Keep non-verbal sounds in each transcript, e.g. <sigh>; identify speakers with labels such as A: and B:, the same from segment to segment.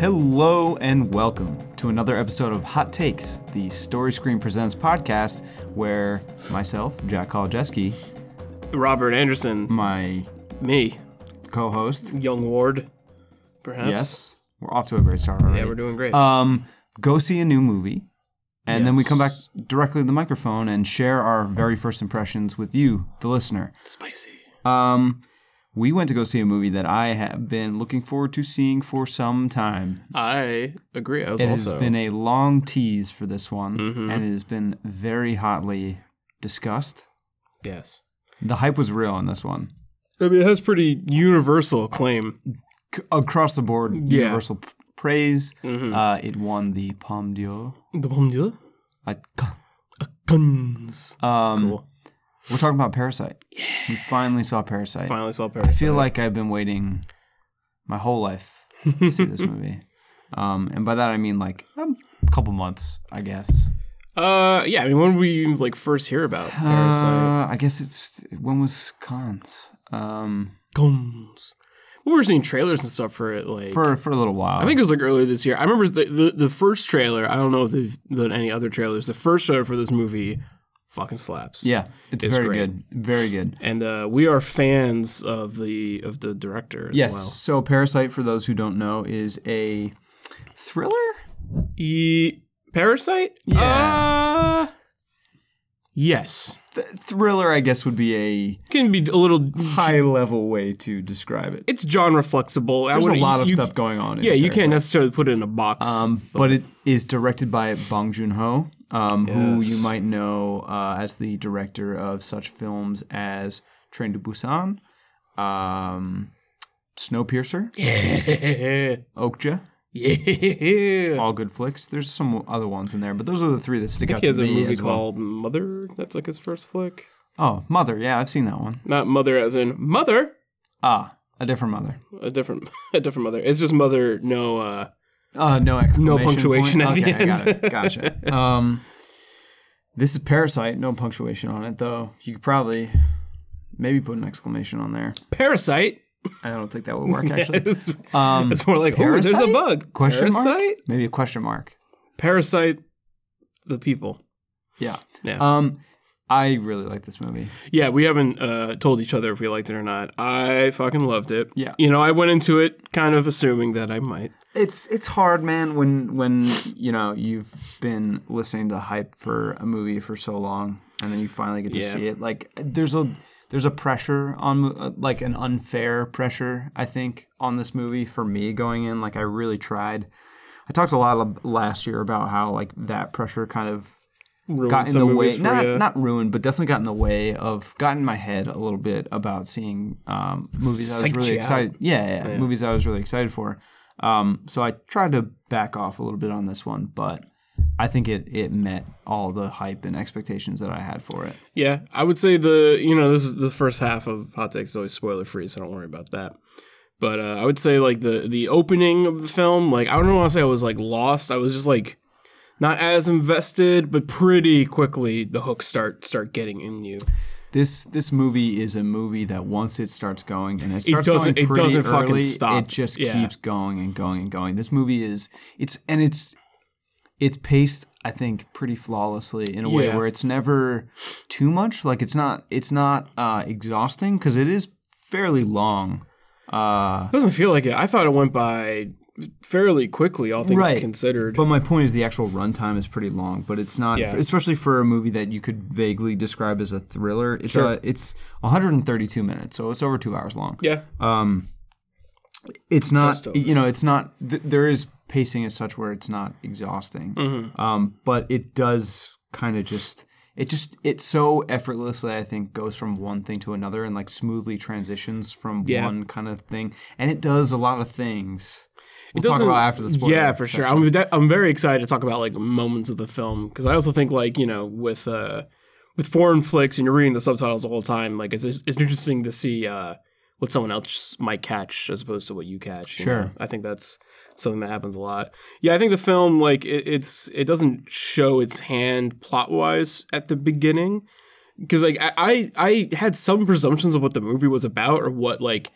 A: Hello and welcome to another episode of Hot Takes, the Story Screen Presents podcast, where myself, Jack Kolodzewski,
B: Robert Anderson,
A: my
B: me,
A: co-host,
B: Young Ward, perhaps.
A: yes, we're off to a great start already.
B: Yeah, we're doing great.
A: um, go see a new movie, and then we come back directly to the microphone and share our very first impressions with you, the listener.
B: Spicy.
A: Um, we went to go see a movie that I have been looking forward to seeing for some time.
B: I agree. I was
A: It
B: also Mm-hmm.
A: has been a long tease for this one, and it has been very hotly discussed.
B: yes.
A: The hype was real on this one.
B: I mean, it has pretty universal acclaim.
A: C- across the board,
B: Yeah. Mm-hmm.
A: universal p- praise. Uh, it won the Palme d'Or.
B: The bon Dieu
A: I-
B: guns.
A: Um,
B: Cool.
A: We're talking about Parasite. We finally saw Parasite.
B: Finally saw
A: I
B: Paris.
A: feel like I've been waiting my whole life to see
B: <laughs>
A: this movie. Um, and by that I mean like um, a couple months, I guess.
B: Uh, yeah. I mean, when did we like first hear about Parasite?
A: Uh, I guess it's when was Kant? Um,
B: guns. We were seeing trailers and stuff for it. Like,
A: for for a little while.
B: I think it was like earlier this year. I remember the the, the first trailer. I don't know if they've done any other trailers. The first trailer for this movie fucking slaps.
A: Yeah, it's,
B: It's
A: very
B: great.
A: good. Very good.
B: and uh, we are fans of the of the director as
A: Yes.
B: well.
A: So Parasite, for those who don't know, is a thriller.
B: E- Parasite? Uh, yes.
A: Th- thriller, I guess, would be
B: Can be a little
A: a high level way to describe it.
B: it's genre flexible.
A: There's a lot of stuff going on. in
B: Yeah, you
A: Parasite.
B: can't necessarily put it in a box.
A: Um, but it is directed by Bong Joon Ho, um, who
B: Yes.
A: you might know uh, as the director of such films as Train to Busan, um, Snowpiercer,
B: <laughs> yeah.
A: Okja,
B: Yeah.
A: all good flicks. There's some other ones in there, but those are the three that stick out
B: He
A: to
B: has a
A: me
B: movie
A: as well.
B: called Mother. That's like his first flick.
A: Oh, Mother. Yeah, I've seen that one.
B: Not Mother as in Mother.
A: Ah, a different Mother.
B: A different <laughs> a different mother. It's just Mother, no uh
A: Uh, no exclamation
B: punctuation
A: point?
B: at the
A: okay, I got it.
B: <laughs>
A: Gotcha. um, this is Parasite. No punctuation on it, though. You could probably maybe put an exclamation on there.
B: Parasite.
A: I don't think that would
B: <laughs>
A: work actually.
B: it's,
A: Um,
B: it's more like oh, there's
A: Parasite?
B: a bug.
A: question
B: Parasite?
A: mark? Maybe a question mark.
B: Parasite, the people.
A: Yeah.
B: Yeah.
A: Um, I really like this movie.
B: Yeah, we haven't uh, told each other if we liked it or not. I fucking loved it.
A: Yeah.
B: You know, I went into it kind of assuming that I might.
A: It's it's hard, man, when when you know you've been listening to the hype for a movie for so long, and then you finally get to
B: Yeah.
A: see it. Like there's a there's a pressure on mo- uh, like an unfair pressure, I think, on this movie for me going in. Like I really tried. I talked a lot of last year about how like that pressure kind of
B: Ruin
A: got in
B: some
A: the way
B: movies for
A: not,
B: ya.
A: not ruined but definitely got in the way of got in my head a little bit about seeing um, movies i was
B: Psyched
A: really
B: you
A: excited yeah, yeah, movies i was really excited for um, so i tried to back off a little bit on this one but i think it, it met all the hype and expectations that i had for it
B: Yeah, I would say the you know this is the first half of Hot Takes is always spoiler free, so don't worry about that. But uh, I would say like the the opening of the film, like I don't want to say I was like lost. I was just like not as invested, but pretty quickly the hooks start start getting in you.
A: this this movie is a movie that once it starts going and it starts
B: doesn't-
A: going
B: it
A: pretty
B: doesn't
A: early,
B: fucking stop.
A: It just
B: Yeah.
A: keeps going and going and going. This movie is it's and it's it's paced I think pretty flawlessly in a way
B: Yeah.
A: where it's never too much. Like it's not it's not uh, exhausting because it is fairly long. Uh,
B: It doesn't feel like it. I thought it went by fairly quickly, all things
A: Right.
B: considered.
A: but my point is the actual runtime is pretty long, but it's not
B: Yeah.
A: especially for a movie that you could vaguely describe as a thriller. It's a, it's 132 minutes, so it's over two hours long.
B: yeah,
A: it's not
B: Just over.
A: you know it's not th- there is pacing as such where it's not exhausting
B: Mm-hmm.
A: um, but it does kind of just it just it so effortlessly i think goes from one thing to another and like smoothly transitions from one kind of thing and it does a lot of things we'll talk
B: doesn't-
A: about after the spoiler
B: Yeah, for sure. I'm de- I'm very excited to talk about like moments of the film because I also think like you know with uh with foreign flicks and you're reading the subtitles the whole time, like it's it's interesting to see uh what someone else might catch as opposed to what you catch. you
A: Sure.
B: know? I think that's something that happens a lot. Yeah, I think the film like it, it's it doesn't show its hand plot wise at the beginning because like I, I I had some presumptions of what the movie was about or what like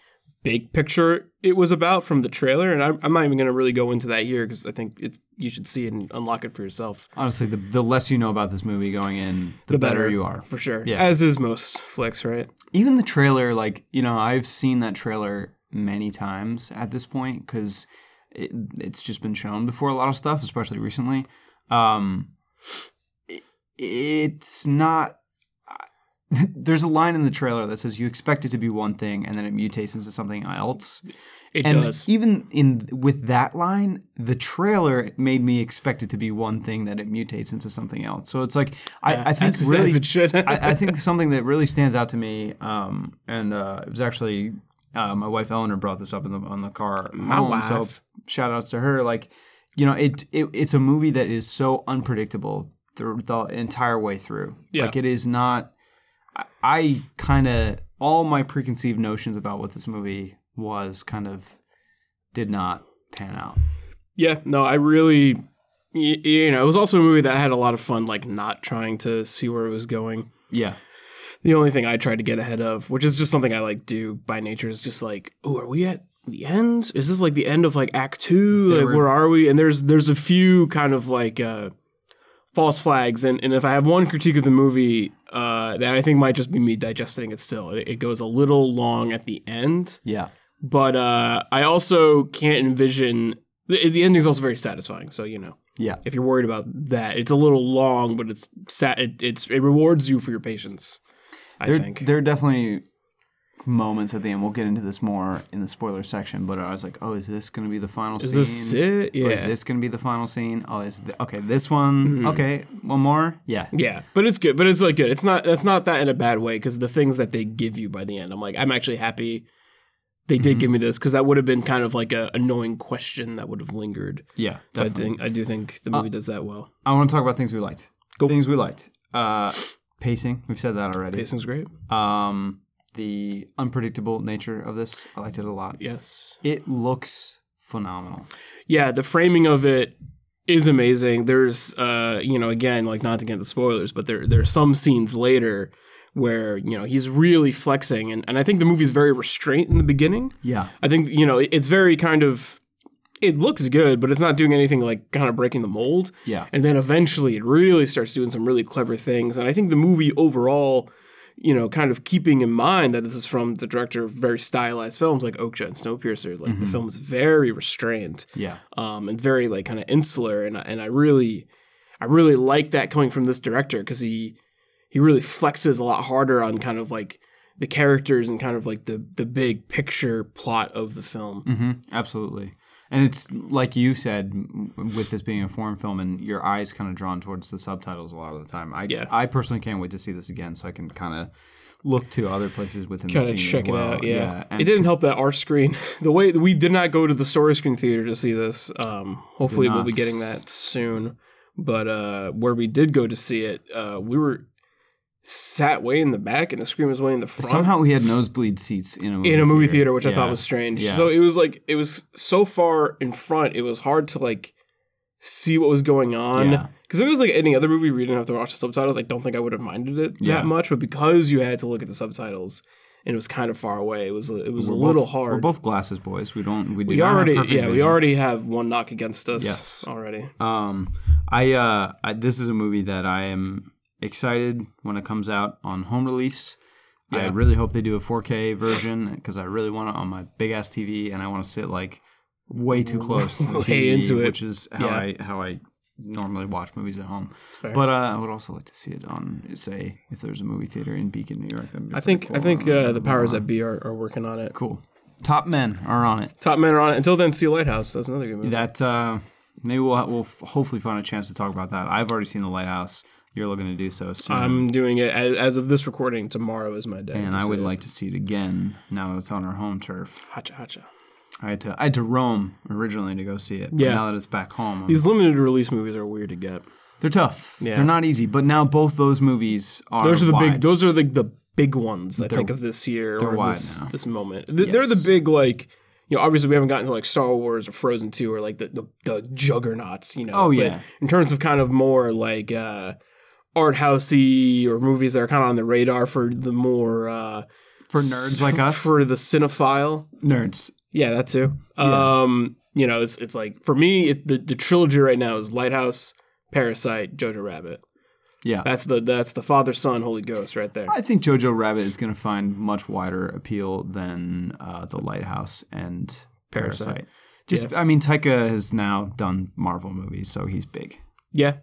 B: big picture it was about from the trailer, and I'm, I'm not even going to really go into that here because I think it's, you should see it and unlock it for yourself.
A: Honestly, the, the less you know about this movie going in, the, better, you are.
B: for sure.
A: Yeah.
B: As is most flicks, right?
A: Even the trailer, like, you know, I've seen that trailer many times at this point because it, it's just been shown before a lot of stuff, especially recently. Um, it- it's not. <laughs> There's a line in the trailer that says you expect it to be one thing and then it mutates into something else.
B: It
A: And
B: does.
A: even in with that line, the trailer made me expect it to be one thing that it mutates into something else. So it's like I, I think
B: as-
A: really
B: as it should.
A: I, I think something that really stands out to me, um, and uh, it was actually uh, my wife Eleanor brought this up in the on the car. My So
B: wife.
A: shout outs to her. Like you know, it, it it's a movie that is so unpredictable through the entire way through.
B: Yeah.
A: Like it is not. I, I kind of all my preconceived notions about what this movie was kind of did not pan out.
B: <laughs> Yeah, no, I really, y- you know, it was also a movie that had a lot of fun, like not trying to see where it was going.
A: Yeah.
B: The only thing I tried to get ahead of, which is just something I like do by nature, is just like, oh, are we at the end? Is this like the end of like Act Two? Like,
A: were-
B: where are we? And there's there's a few kind of like uh, false flags, and and if I have one critique of the movie. Uh, that I think might just be me digesting it still. It, it goes a little long at the end,
A: Yeah.
B: but uh, I also can't envision. The, the ending's also very satisfying, so you know
A: Yeah.
B: if you're worried about that. It's a little long, but it's sat. It, it's it rewards you for your patience. I
A: there,
B: think.
A: there are definitely moments at the end. We'll get into this more in the spoiler section, but I was like, oh, is this going to be the final
B: Is
A: scene?
B: this it?
A: Or
B: Yeah.
A: is this going to be the final scene? Oh, is th- okay. This one.
B: Mm-hmm.
A: Okay, one more.
B: <laughs>
A: Yeah.
B: yeah, but it's good. But it's like good. It's not. That's not that in a bad way because the things that they give you by the end, I'm like, I'm actually happy they did give me this because that would have been kind of like a annoying question that would have lingered.
A: Yeah.
B: So I
A: definitely.
B: think I do think the movie does that well.
A: I want to talk about things we liked. Things we liked. Uh, pacing. We've said that already.
B: Pacing's great.
A: Um, the unpredictable nature of this. I liked it a lot.
B: Yes.
A: It looks phenomenal.
B: yeah, the framing of it is amazing. There's, uh, you know, again, like not to get into spoilers, but there there are some scenes later where you know he's really flexing, and and I think the movie's very restrained in the beginning.
A: Yeah.
B: I think you know it- it's very kind of. It looks good, but it's not doing anything like kind of breaking the mold.
A: Yeah.
B: And then eventually it really starts doing some really clever things. And I think the movie overall, you know, kind of keeping in mind that this is from the director of very stylized films like Okja and Snowpiercer, like the film is very restrained
A: Yeah.
B: um, and very like kind of insular and and I really I really like that coming from this director because he he really flexes a lot harder on kind of like the characters and kind of like the the big picture plot of the film.
A: hmm Absolutely. And it's like you said, m- with this being a foreign film, and your eyes kind of drawn towards the subtitles a lot of the time. I,
B: Yeah.
A: I personally can't wait to see this again, so I can kind of look to other places within
B: Kind
A: the
B: of
A: scene.
B: check
A: as well.
B: it out, yeah.
A: and
B: it didn't help that our screen, <laughs> the way we did not go to the story screen theater to see this. Um, hopefully, we'll
A: not.
B: be getting that soon. But uh, where we did go to see it, uh, we were sat way in the back, and the screen was way in the front.
A: Somehow we had nosebleed seats in a movie
B: in a movie
A: theater.
B: theater, which I thought
A: Yeah.
B: was strange.
A: Yeah.
B: So it was like it was so far in front, it was hard to like see what was going on.
A: Yeah.
B: Because if it was like any other movie where you didn't have to watch the subtitles, I don't think I would have minded it
A: Yeah.
B: that much. But because you had to look at the subtitles and it was kind of far away, it was it was a
A: We're
B: little
A: both- We're
B: hard.
A: both glasses boys. We don't. We do
B: we
A: not have
B: already yeah,
A: perfect
B: we
A: vision.
B: already have one knock against us
A: Yes.
B: already.
A: Um, I, uh, I this is a movie that I am excited when it comes out on home release. I
B: Yeah.
A: really hope they do a 4K version because I really want it on my big ass TV, and I want to sit like way too close to the
B: <laughs> Way
A: TV,
B: into it.
A: which is how
B: Yeah.
A: I how I normally watch movies at home. But uh, I would also like to see it on say if there's a movie theater in Beacon, New York. That'd be
B: I think
A: cool.
B: I think uh, the powers that be are, are working on it.
A: cool. Top men are on it.
B: Top men are on it. Until then, see Lighthouse. That's another good movie.
A: That uh, maybe we'll we'll f- hopefully find a chance to talk about that. I've already seen the lighthouse. You're looking to do so soon,
B: I'm doing it as, as of this recording. Tomorrow is my day.
A: and
B: to
A: I
B: see
A: would
B: it.
A: like to see it again now that it's on our home turf.
B: Hacha hacha.
A: I had to I had to Rome originally to go see it. But
B: Yeah.
A: Now that it's back home, I'm-
B: These limited release movies are weird to get.
A: they're tough. They're not easy. But now both those movies are
B: Those are the
A: wide.
B: big. Those are the the big ones I think of this year or
A: wide
B: this,
A: now.
B: this moment. Th- They're the big like. You know, obviously we haven't gotten to like Star Wars or Frozen Two or like the the, the juggernauts. You know.
A: Oh,
B: but
A: yeah.
B: in terms of kind of more like uh, art housey or movies that are kind of on the radar for the more. Uh,
A: for nerds like us.
B: <laughs> for the cinephile.
A: nerds.
B: Yeah, that too. Um, you know, it's it's like for me, it, the the trilogy right now is Lighthouse, Parasite, Jojo Rabbit.
A: Yeah.
B: That's the that's the Father Son Holy Ghost right there.
A: I think Jojo Rabbit is going to find much wider appeal than uh, The Lighthouse and Parasite.
B: Parasite.
A: Just, I mean, Taika has now done Marvel movies, so he's big.
B: Yeah,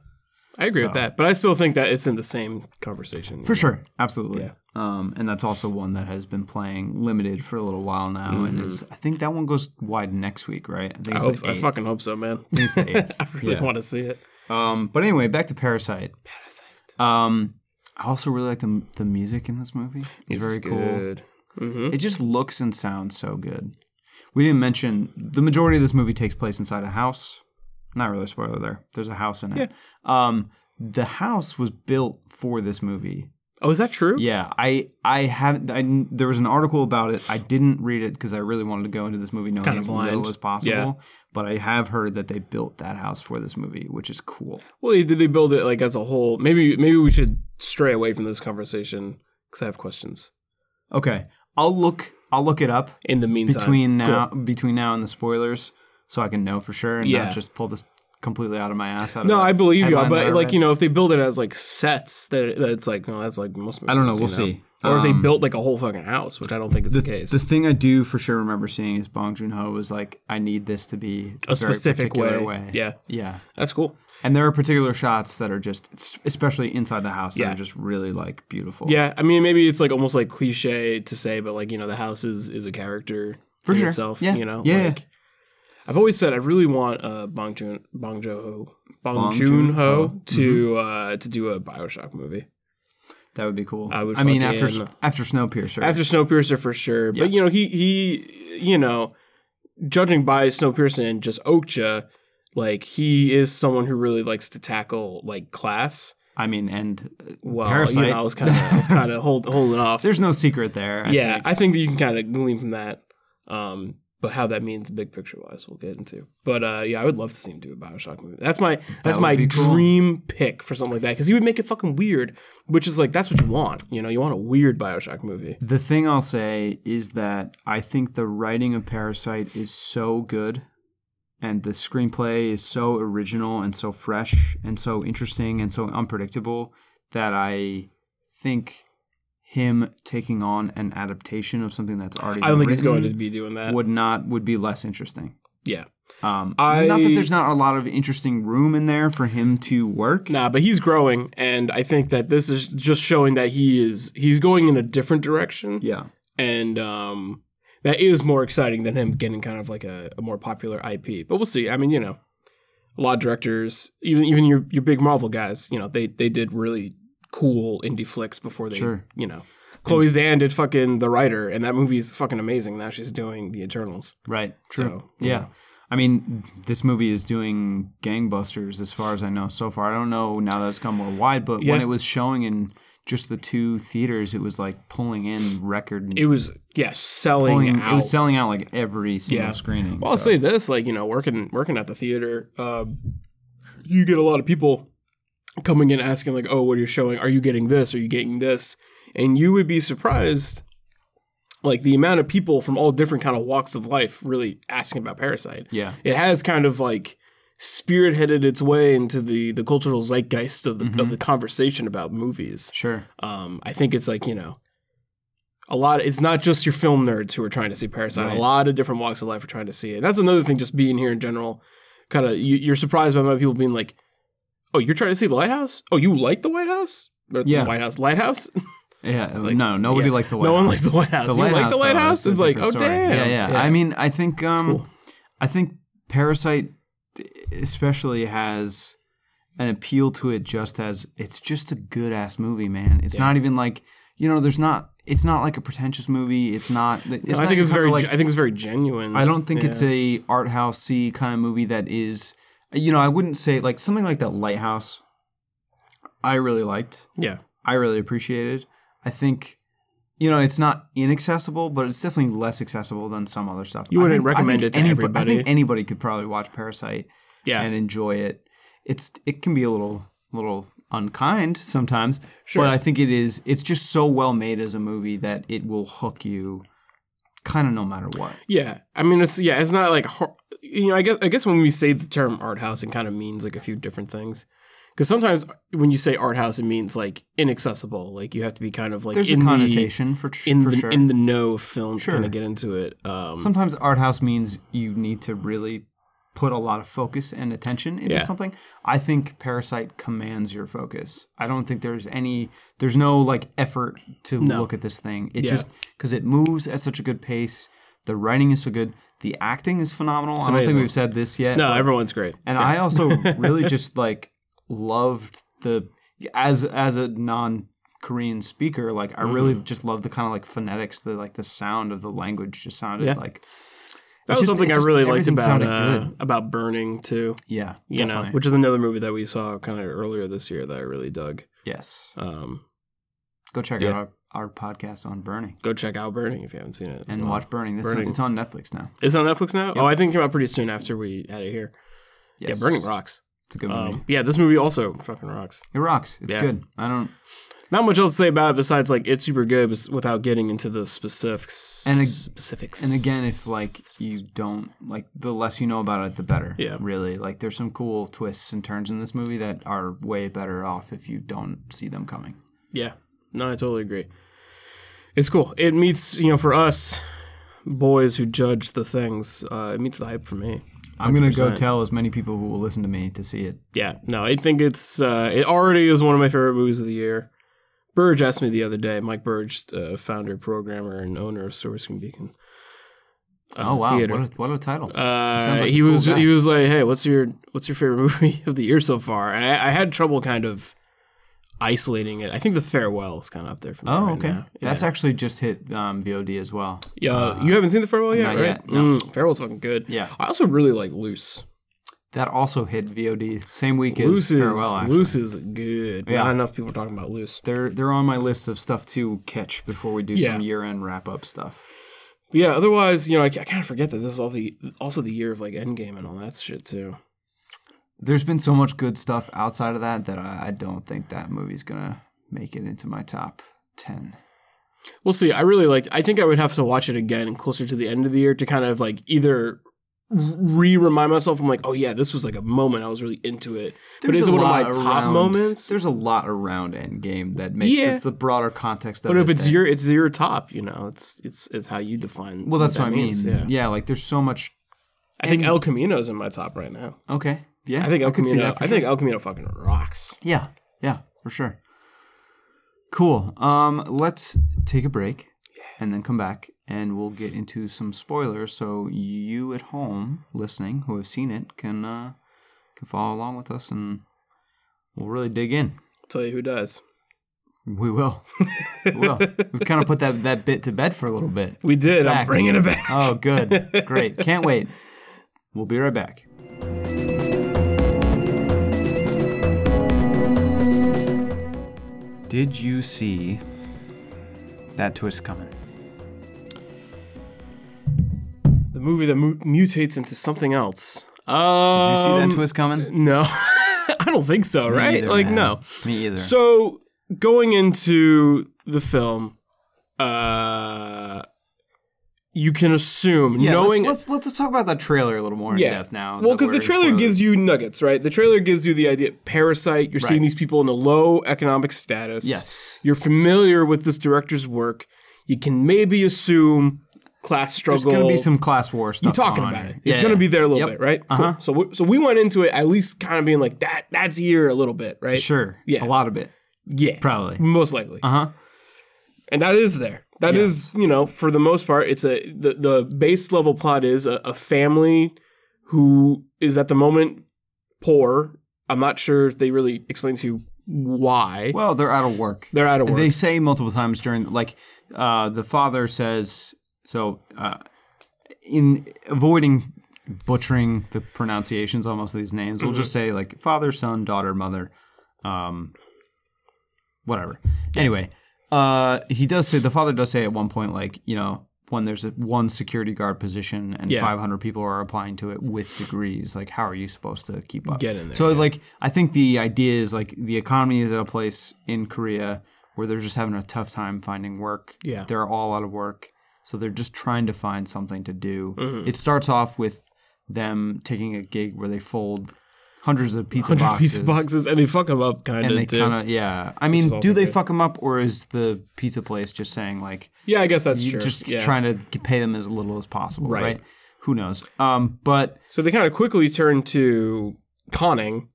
B: I agree with that, but I still think that it's in the same conversation.
A: For sure. Absolutely. Um, and that's also one that has been playing limited for a little while now. And is, I think that one goes wide next week, right? Mm-hmm. Oh, I think
B: I,
A: it's
B: hope,
A: the
B: I
A: eighth.
B: fucking hope so, man.
A: I think it's the eighth.
B: <laughs> I really want to see it.
A: Um, but anyway, back to Parasite. Parasite. Um, I also really like the the music in this movie. It's very cool. It just looks and sounds so good. We didn't mention the majority of this movie takes place inside a house. Not really a spoiler there. There's a house in it. Um, the house was built for this movie.
B: Oh, is that true?
A: Yeah, I I haven't. I, kn- there was an article about it. I didn't read it because I really wanted to go into this movie knowing
B: Kinda
A: as
B: blind.
A: little as possible.
B: Yeah.
A: But I have heard that they built that house for this movie, which is cool.
B: Well, did they build it like as a whole? Maybe maybe we should stray away from this conversation because I have questions.
A: Okay, I'll look. I'll look it up
B: In the meantime,
A: between
B: Cool.
A: now between now and the spoilers, so I can know for sure and
B: Yeah.
A: not just pull this completely out of my ass. Out
B: No, I believe you, but like you
A: know,
B: know, if they build it as like sets, that that it's like no, that's like most.
A: I don't know.
B: movies,
A: We'll
B: you
A: see. Um,
B: Or if they built like a whole fucking house, which I don't think is the, case.
A: The thing I do for sure remember seeing is Bong Joon Ho was like, "I need this to be
B: a specific way.
A: particular
B: Yeah,
A: yeah.
B: that's cool.
A: And there are particular shots that are just, s- especially inside the house, that
B: Yeah.
A: are just really like beautiful.
B: Yeah, I mean, maybe it's like almost like cliche to say, but like you know, the house is is a character
A: For
B: in
A: sure.
B: itself.
A: Yeah.
B: You know,
A: Yeah, yeah.
B: Like, I've always said I really want uh, Bong Joon Bong Joon Bong,
A: Bong
B: Joon Ho
A: Joon-ho. Mm-hmm.
B: to uh, to do a Bioshock movie.
A: that would be cool.
B: I would
A: I mean, after
B: fucking-
A: s- after Snowpiercer,
B: after Snowpiercer for sure. But you know, he he you know, judging by Snowpiercer and just Okja, like he is someone who really likes to tackle like class.
A: I mean, and uh,
B: Well,
A: Parasite.
B: you know, I was kind of I was kind of hold, holding off.
A: there's no secret there. I
B: yeah,
A: think.
B: I think that you can kind of glean from that. Um, but how that means big picture wise, we'll get into. But uh, yeah, I would love to see him do a Bioshock movie. That's my that's
A: would
B: my
A: be cool.
B: dream pick for something like that because he would make it fucking weird, which is like that's what you want. You know, you want a weird Bioshock movie.
A: The thing I'll say is that I think the writing of Parasite is so good and the screenplay is so original and so fresh and so interesting and so unpredictable that I think him taking on an adaptation of something that's already
B: I don't
A: been
B: think he's
A: written
B: going to be doing that.
A: would not would be less interesting.
B: Yeah.
A: Um,
B: I-
A: not that there's not a lot of interesting room in there for him to work.
B: Nah, but he's growing, and I think that this is just showing that he is he's going in a different direction,
A: Yeah,
B: and um, that is more exciting than him getting kind of like a, a more popular IP. But we'll see. I mean, you know, a lot of directors, even even your your big Marvel guys, you know, they they did really cool indie flicks before they,
A: Sure.
B: you know. Chloe Zan did fucking The Writer, and that movie is fucking amazing. Now she's doing The Eternals.
A: right.
B: So,
A: Yeah. I mean, this movie is doing gangbusters as far as I know so far. I don't know now that it's gone more wide, but when
B: Yeah.
A: it was showing in just the two theaters, it was like pulling in record.
B: It was, yeah, selling
A: pulling-
B: out.
A: it was selling out like every single
B: Yeah.
A: screening.
B: Well, I'll
A: so-
B: say this: like you know, working working at the theater, uh, you get a lot of people coming in asking like, "Oh, what are you showing? Are you getting this? Are you getting this?" And you would be surprised, like the amount of people from all different kind of walks of life really asking about Parasite.
A: yeah,
B: It has kind of like spearheaded its way into the the cultural zeitgeist of the of the conversation about movies.
A: sure.
B: Um, I think it's like you know, a lot. It's not just your film nerds who are trying to see Parasite.
A: Right.
B: A lot of different walks of life are trying to see it. That's another thing. Just being here in general, kind of you, you're surprised by my people being like, "Oh, you're trying to see the Lighthouse? Oh, you like the White House? Or the
A: Yeah.
B: White House, Lighthouse?
A: Yeah, no, <laughs> nobody
B: Yeah.
A: likes the White
B: no one
A: House.
B: likes the White House. you like the
A: though,
B: White House?
A: a
B: It's like, oh
A: different story.
B: damn,
A: Yeah, yeah, I mean, I think, um,
B: cool.
A: I think Parasite especially has an appeal to it just as it's just a good ass movie, man. It's not even like you know, there's not. It's not like a pretentious movie. It's not. It's
B: I
A: not
B: think it's
A: even
B: very.
A: like
B: I think it's very genuine.
A: I don't think it's a art housey kind of movie that is. You know, I wouldn't say like something like that Lighthouse. I really liked.
B: Yeah,
A: I really appreciated. I think, you know, it's not inaccessible, but it's definitely less accessible than some other stuff. You
B: wouldn't recommend it to
A: I
B: everybody.
A: think anybody could probably watch Parasite
B: yeah.
A: and enjoy it. It's it can be a little little unkind sometimes.
B: Sure.
A: But I think it is. It's just so well made as a movie that it will hook you, kind of no matter what.
B: Yeah, I mean, it's yeah, it's not like hor- you know. I guess I guess when we say the term art house, it kind of means like a few different things. Because sometimes when you say art house, it means like inaccessible. Like you have to be kind of like
A: There's
B: in
A: a
B: the-
A: connotation for
B: in
A: for
B: the
A: sure.
B: in the know film
A: Sure.
B: to kind of get into it. Um,
A: Sometimes art house means you need to really put a lot of focus and attention into
B: Yeah.
A: something. I think Parasite commands your focus. I don't think there's any there's no like effort to look at this thing. It
B: Yeah.
A: just cuz it moves at such a good pace. The writing is so good. The acting is phenomenal. I don't think
B: amazing.
A: we've said this yet.
B: no, everyone's great.
A: And I also really just like loved the as as a non Korean speaker, like I
B: Mm-hmm.
A: really just loved the kind of like phonetics, the like the sound of the language just sounded
B: Yeah.
A: like
B: That
A: It's
B: was
A: just-
B: something
A: it
B: I
A: just-
B: really liked
A: everything
B: about
A: sounded
B: uh,
A: good.
B: about Burning too.
A: yeah,
B: You
A: definitely.
B: know, which is another movie that we saw kind of earlier this year that I really dug.
A: yes,
B: Um,
A: go check
B: Yeah.
A: out our, our podcast on burning
B: go check out Burning if you haven't seen it.
A: and
B: Well,
A: watch burning. This
B: Burning.
A: it's on Netflix now.
B: Is it on Netflix now? Oh, I think it came out pretty soon after we had it here.
A: Yes.
B: Yeah, Burning rocks.
A: It's a good movie.
B: Um, yeah, this movie also fucking rocks.
A: it rocks. It's
B: yeah.
A: good. I don't.
B: Not much else to say about it besides like it's super good bes- without getting into the specifics.
A: And ag-
B: specifics.
A: And again, if like you don't like the less you know about it, the better.
B: Yeah.
A: Really, like there's some cool twists and turns in this movie that are way better off if you don't see them coming.
B: yeah, no, I totally agree. It's cool. It meets you know for us boys who judge the things. Uh, it meets the hype for me.
A: I'm gonna go tell as many people who will listen to me to see it.
B: Yeah, no, I think it's uh, it already is one of my favorite movies of the year. Burge asked me the other day, Mike Burge, uh, founder, programmer, and owner of Sourcing Beacon.
A: oh wow,
B: Uh, theater.
A: what a, what a title!
B: Uh,
A: Sounds like a
B: he
A: cool
B: was
A: guy.
B: he was like, "Hey, what's your what's your favorite <laughs> movie of the year so far?" And I, I had trouble kind of isolating it. I think The Farewell is kind of up there for me.
A: oh
B: right
A: okay,
B: now.
A: that's actually just hit um, VOD as well.
B: Yeah, you haven't seen The Farewell yet,
A: uh, not
B: right?
A: yet, no.
B: Mm, Farewell's fucking good.
A: Yeah.
B: I also really like Loose.
A: That also hit VOD same week as
B: Loose is
A: Farewell. Actually,
B: Loose is good. but
A: Yeah.
B: Not enough people are talking about Loose.
A: they're they're on my list of stuff to catch before we do some
B: Yeah.
A: year end wrap up stuff.
B: But yeah, otherwise, you know, I, I kind of forget that this is all the also the year of like Endgame and all that shit too.
A: There's been so much good stuff outside of that that I, I don't think that movie's gonna make it into my top ten.
B: We'll see. I really liked. I think I would have to watch it again closer to the end of the year to kind of like either re remind myself. I'm like, oh yeah, this was like a moment I was really into it. but
A: There's
B: is
A: a
B: it one of my
A: lot
B: top
A: around-
B: moments?
A: There's a lot around Endgame that makes
B: Yeah.
A: it's the broader context of
B: But
A: it.
B: if it's
A: that-
B: your, it's your top. You know, it's it's it's how you define.
A: well, that's
B: that
A: what, I mean.
B: means,
A: yeah.
B: Yeah.
A: like there's so much.
B: I think El Camino's in my top right now.
A: Okay, yeah,
B: I think El
A: can see
B: Camino.
A: that for
B: I think El Camino fucking rocks.
A: Yeah, yeah, for sure. Cool. Um, let's take a break and then come back and we'll get into some spoilers so you at home listening who have seen it can uh, can follow along with us and we'll really dig in.
B: I'll tell you who does.
A: We will. <laughs> we will. We've kind of put that, that bit to bed for a little bit.
B: We did. I'm
A: back.
B: bringing it back.
A: Oh, good. Great. Can't wait. We'll be right back. Did you see that twist coming?
B: The movie that mu- mutates into something else.
A: Did you see
B: Um,
A: that twist coming?
B: No, <laughs> I don't think so. right?
A: either,
B: like
A: man.
B: no.
A: Me either.
B: So going into the film, uh, you can assume
A: yeah,
B: knowing.
A: let's, let's let's talk about that trailer a little more in
B: yeah.
A: depth now.
B: well,
A: that
B: because
A: we're
B: the
A: in
B: trailer
A: spoilers.
B: gives you nuggets, right? The trailer gives you the idea parasite. You're seeing
A: Right.
B: these people in a low economic status.
A: Yes.
B: You're familiar with this director's work. You can maybe assume class struggle.
A: There's going to be some class war stuff.
B: You're talking
A: going on
B: about it.
A: here.
B: It's
A: Yeah,
B: going to
A: yeah.
B: be there a little bit, right? Uh-huh. So we, so we went into it at least kind of being like that. That's here a little bit, right?
A: sure.
B: Yeah.
A: a lot of it
B: Yeah.
A: probably.
B: Most likely. Uh
A: Uh-huh.
B: And that is there. That is, you know, for the most part, it's a the, the base level plot is a, a family who is at the moment poor. I'm not sure if they really explain to you why
A: Well, they're out of work.
B: they're out of work.
A: They say multiple times during, like, uh, the father says, so uh, in avoiding butchering the pronunciations on most of these names, we'll just
B: Mm-hmm.
A: say, like, father, son, daughter, mother, um, whatever. Anyway, uh, he does say, the father does say at one point, like, you know, when there's a one security guard position and
B: Yeah.
A: 500 people are applying to it with degrees like how are you supposed to keep up
B: Get in there,
A: so like i think the idea is like the economy is at a place in korea where they're just having a tough time finding work
B: Yeah.
A: they're all out of work so they're just trying to find something to do
B: Mm-hmm.
A: it starts off with them taking a gig where they fold hundreds of pizza boxes
B: Pizza boxes, and they fuck them up kind
A: and they
B: of too.
A: kind of yeah i mean
B: also
A: do they
B: good.
A: fuck them up or is the pizza place just saying like
B: yeah, I guess that's true.
A: just
B: yeah.
A: trying to pay them as little as possible,
B: Right.
A: right? Who knows? Um, but
B: so they kind of quickly turn to conning.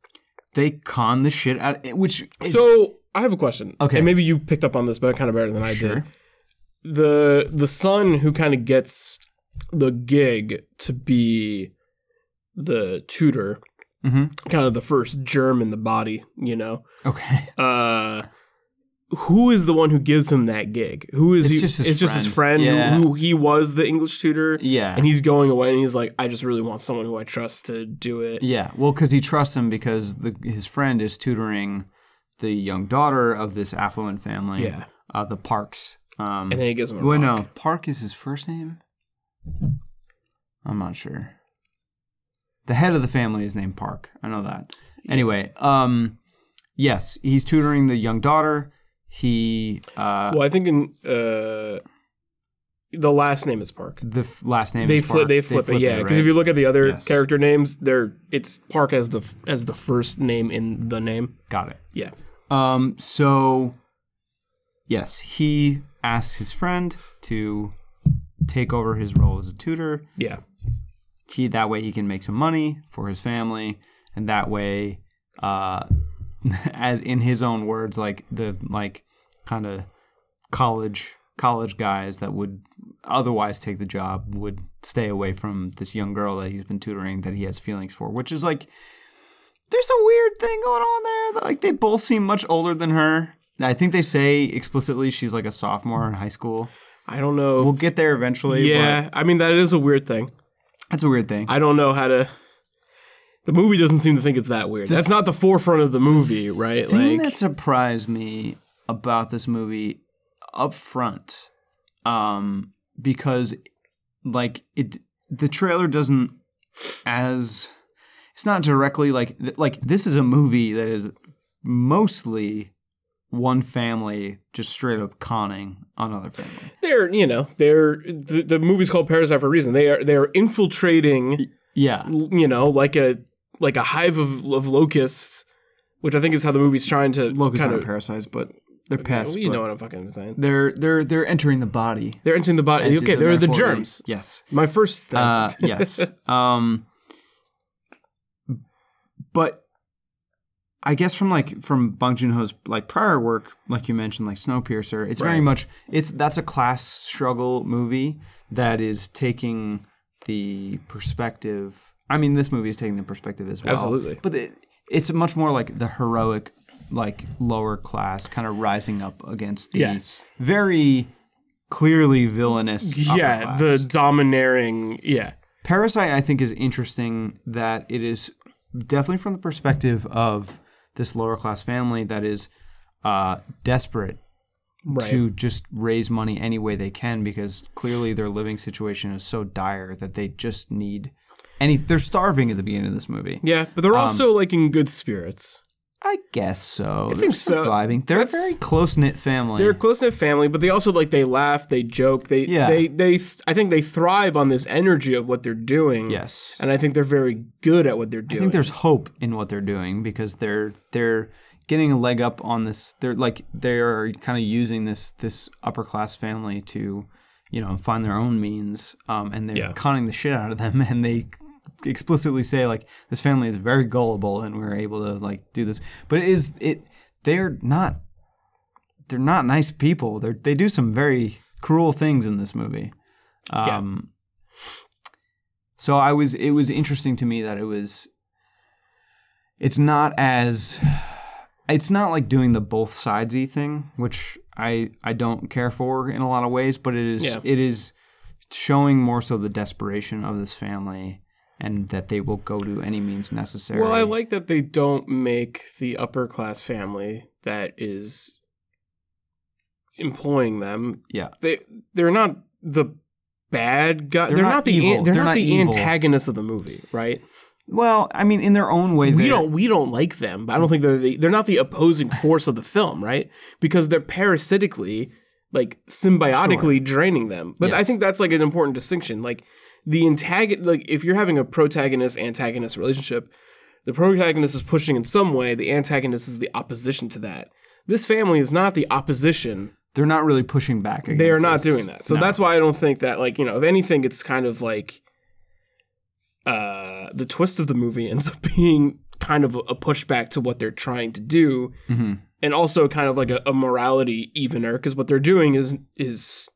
A: they con the shit out, eh, which is,
B: So I have a question.
A: Okay.
B: and maybe you picked up on this, but kind of better than I
A: Sure.
B: did. The the son who kind of gets the gig to be the tutor,
A: Mhm.
B: kind of the first germ in the body, you know.
A: okay, <laughs>
B: Uh, who is the one who gives him that gig? Who is
A: It's
B: he?
A: just his
B: it's just his friend
A: friend. Yeah.
B: who, who he was the English tutor.
A: yeah,
B: and he's going away and he's like i just really want someone who i trust to do it
A: yeah. Well, because he trusts him because the, his friend is tutoring the young daughter of this affluent family.
B: Yeah.
A: uh, the Parks. Um,
B: and then he gives him a
A: well,
B: rock.
A: no, Park is his first name. I'm not sure. The head of the family is named Park. I know that. Anyway, um, yes, he's tutoring the young daughter. He uh,
B: well i think in uh the last name is park
A: the f- last name
B: they
A: is
B: flip
A: Park.
B: they flip it yeah because if you look at the other
A: Yes.
B: character names they're it's park as the f- as the first name in the name
A: got it.
B: yeah
A: Um, so yes, he asks his friend to take over his role as a tutor.
B: yeah
A: he that way he can make some money for his family and that way uh <laughs> as in his own words like the like kind of college college guys that would otherwise take the job would stay away from this young girl that he's been tutoring that he has feelings for which is like there's a weird thing going on there like they both seem much older than her I think they say explicitly she's like a sophomore in high school.
B: i don't know
A: We'll get there eventually.
B: yeah i mean that is a weird thing
A: but that's a weird thing.
B: i don't know how to the movie doesn't seem to think it's that weird that's not the forefront of the movie right
A: thing
B: like
A: that surprised me about this movie up front um because like it the trailer doesn't as it's not directly like th- like this is a movie that is mostly one family just straight up conning another family
B: they're you know they're the, the movie's called parasite for a reason they are they're infiltrating
A: yeah
B: you know like a like a hive of, of locusts which i think is how the movie's trying to
A: locusts
B: kind
A: aren't
B: of
A: parasites but they're pests
B: you
A: but
B: know what i'm fucking saying
A: they're they're they're entering the body
B: they're entering the body okay they're
A: Therefore,
B: the
A: they-
B: germs
A: yes
B: my first thing
A: Uh, yes.
B: <laughs>
A: Um, but I guess from like from Bong Joon Ho's like prior work, like you mentioned, like Snowpiercer, it's very
B: Right.
A: much it's that's a class struggle movie that is taking the perspective. I mean, this movie is taking the perspective as well,
B: Absolutely.
A: But it, it's much more like the heroic, like lower class, kind of rising up against the
B: Yes.
A: very clearly villainous. upper
B: yeah
A: class.
B: the domineering yeah
A: Parasite, I think, is interesting that it is definitely from the perspective of this lower class family that is uh, desperate
B: right
A: to just raise money any way they can because clearly their living situation is so dire that they just need any. They're starving at the beginning of this movie.
B: yeah but
A: Um,
B: they're also like in good spirits
A: I guess so. I
B: think so.
A: They're a
B: That's-
A: very close knit family.
B: they're a close-knit family but they also like they laugh they joke they
A: Yeah.
B: they they th- i think they thrive on this energy of what they're doing
A: yes.
B: and I think they're very good at what they're
A: I
B: doing.
A: think there's hope in what they're doing because they're they're getting a leg up on this. They're like they're kind of using this this upper class family to, you know, find their own means. Um, and they're
B: Yeah.
A: conning the shit out of them, <laughs> and they explicitly say like this family is very gullible, and we're able to like do this. But it is it they're not they're not nice people. They they do some very cruel things in this movie. Um, So I was it was interesting to me that it was it's not as it's not like doing the both sidesy thing, which I I don't care for in a lot of ways, but it is
B: Yeah.
A: it is showing more so the desperation of this family and that they will go to any means necessary.
B: well, I like that they don't make the upper class family that is employing them.
A: yeah.
B: They they're not the bad guy. They're,
A: not
B: not, the
A: evil.
B: an- they're,
A: They're
B: not,
A: not
B: the
A: evil.
B: antagonists of the movie, right?
A: Well, I mean, in their own way,
B: We
A: they're-
B: don't we don't like them, but I don't think they're the, they're not the
A: <laughs>
B: opposing force of the film, right? Because they're parasitically, like symbiotically draining them. But I
A: Yes.
B: think that's like an important distinction. Like the antagon like if you're having a protagonist antagonist relationship, the protagonist is pushing in some way, the antagonist is the opposition to that. This family is not the opposition
A: they're not really pushing back. Against
B: they are not
A: this.
B: doing that. So
A: No.
B: that's why I don't think that like you know if anything it's kind of like uh the twist of the movie ends up <laughs> being kind of a a pushback to what they're trying to do
A: Mm-hmm.
B: and also kind of like a, a morality evener because what they're doing is is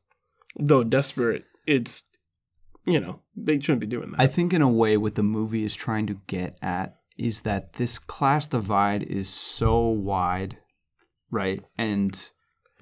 B: though desperate it's you know they shouldn't be doing that
A: I think in a way what the movie is trying to get at is that this class divide is so wide, right? And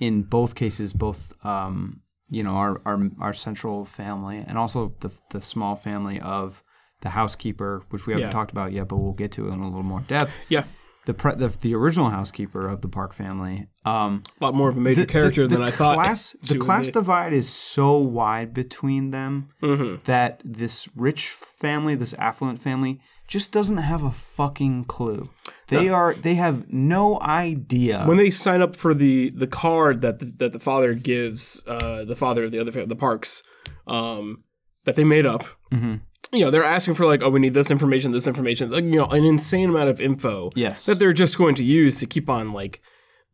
A: in both cases, both um, you know our, our our central family and also the the small family of the housekeeper, which we haven't
B: Yeah.
A: talked about yet, but we'll get to in a little more depth.
B: yeah
A: The, pre- the the original housekeeper of the Park family. Um,
B: a lot more of a major character
A: the
B: than I thought
A: Class,
B: she
A: the
B: would
A: class
B: be.
A: divide is so wide between them
B: Mm-hmm.
A: that this rich family, this affluent family, just doesn't have a fucking clue. They are they have no idea.
B: when they sign up for the the card that the, that the father gives uh, the father of the other fam- the parks um, that they made up
A: Mm-hmm.
B: you know they're asking for like oh we need this information this information like you know an insane amount of info
A: Yes.
B: that they're just going to use to keep on like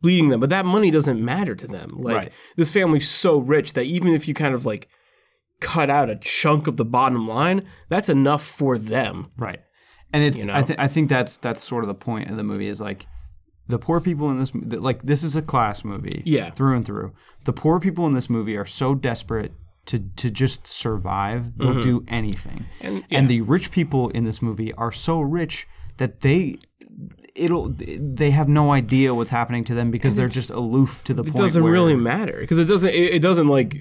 B: bleeding them but that money doesn't matter to them like
A: Right.
B: this family's so rich that even if you kind of like cut out a chunk of the bottom line that's enough for them
A: right. And it's
B: know?
A: I think I think that's that's sort of the point of the movie is like the poor people in this mo- that, like this is a class movie.
B: Yeah.
A: Through and through. The poor people in this movie are so desperate to, to just survive,
B: Mm-hmm.
A: they'll do anything. And, the rich people in this movie are so rich that they it'll they have no idea what's happening to them because they're just aloof to the point
B: it doesn't
A: where
B: really matter because it doesn't it, it doesn't like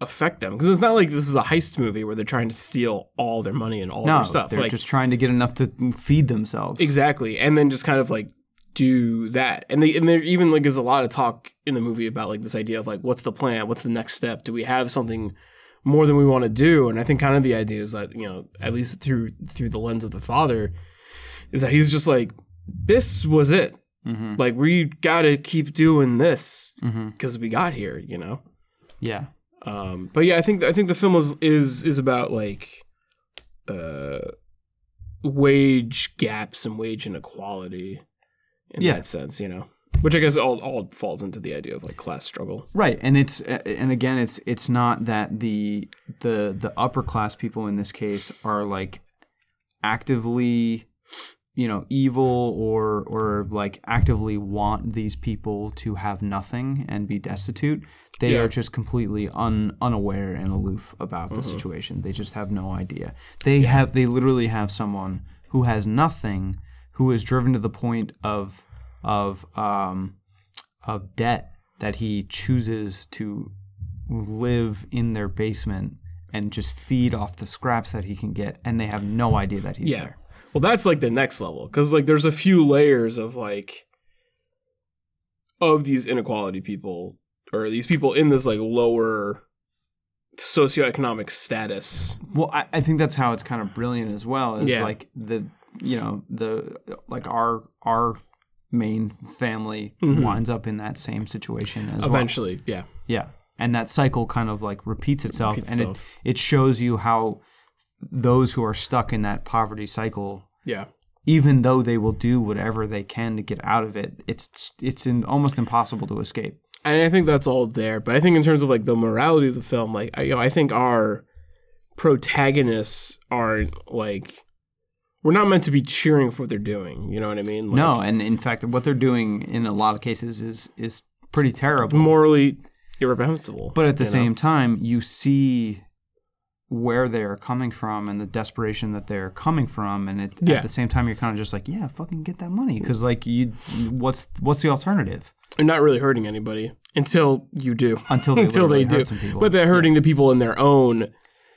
B: affect them because it's not like this is a heist movie where they're trying to steal all their money and all
A: no,
B: their stuff
A: they're
B: like
A: just trying to get enough to feed themselves.
B: exactly and then just kind of like do that and they and there even like is a lot of talk in the movie about like this idea of like what's the plan what's the next step do we have something more than we want to do and i think kind of the idea is that you know at least through through the lens of the father is that he's just like this was it like we gotta keep doing this because we got here you know
A: Yeah.
B: um, but yeah, I think I think the film is is is about like uh, wage gaps and wage inequality in
A: Yeah.
B: that sense, you know. Which I guess all all falls into the idea of like class struggle.
A: Right, and it's and again, it's it's not that the the the upper class people in this case are like actively, you know, evil or or like actively want these people to have nothing and be destitute. They
B: Yeah.
A: are just completely un, unaware and aloof about the situation. They just have no idea. They have they literally have someone who has nothing, who is driven to the point of of um, of debt that he chooses to live in their basement and just feed off the scraps that he can get, and they have no idea that he's there.
B: Well, that's like the next level because like there's a few layers of like of these inequality people or these people in this like lower socioeconomic status.
A: Well, I, I think that's how it's kind of brilliant as well. Is
B: Yeah.
A: like the you know the like our our main family winds up in that same situation as well.
B: Mm-hmm. Eventually, yeah.
A: Yeah. And that cycle kind of like repeats itself
B: Repeats
A: and
B: itself.
A: It, it shows you how those who are stuck in that poverty cycle
B: Yeah.
A: even though they will do whatever they can to get out of it, it's it's in, almost impossible to escape.
B: and I think that's all there. But I think in terms of like the morality of the film, like I, you know, I think our protagonists are like we're not meant to be cheering for what they're doing. You know what I mean? Like,
A: No, and in fact, what they're doing in a lot of cases is is pretty terrible.
B: morally irreprehensible.
A: But at the
B: you know?
A: same time, you see where they are coming from and the desperation that they're coming from, and it,
B: Yeah.
A: at the same time, you're kind of just like, yeah, fucking get that money, because like you, what's what's the alternative?
B: you're not really hurting anybody until you do.
A: <laughs> Until they
B: until
A: literally
B: they do.
A: hurt some people.
B: But they're hurting the people in their own.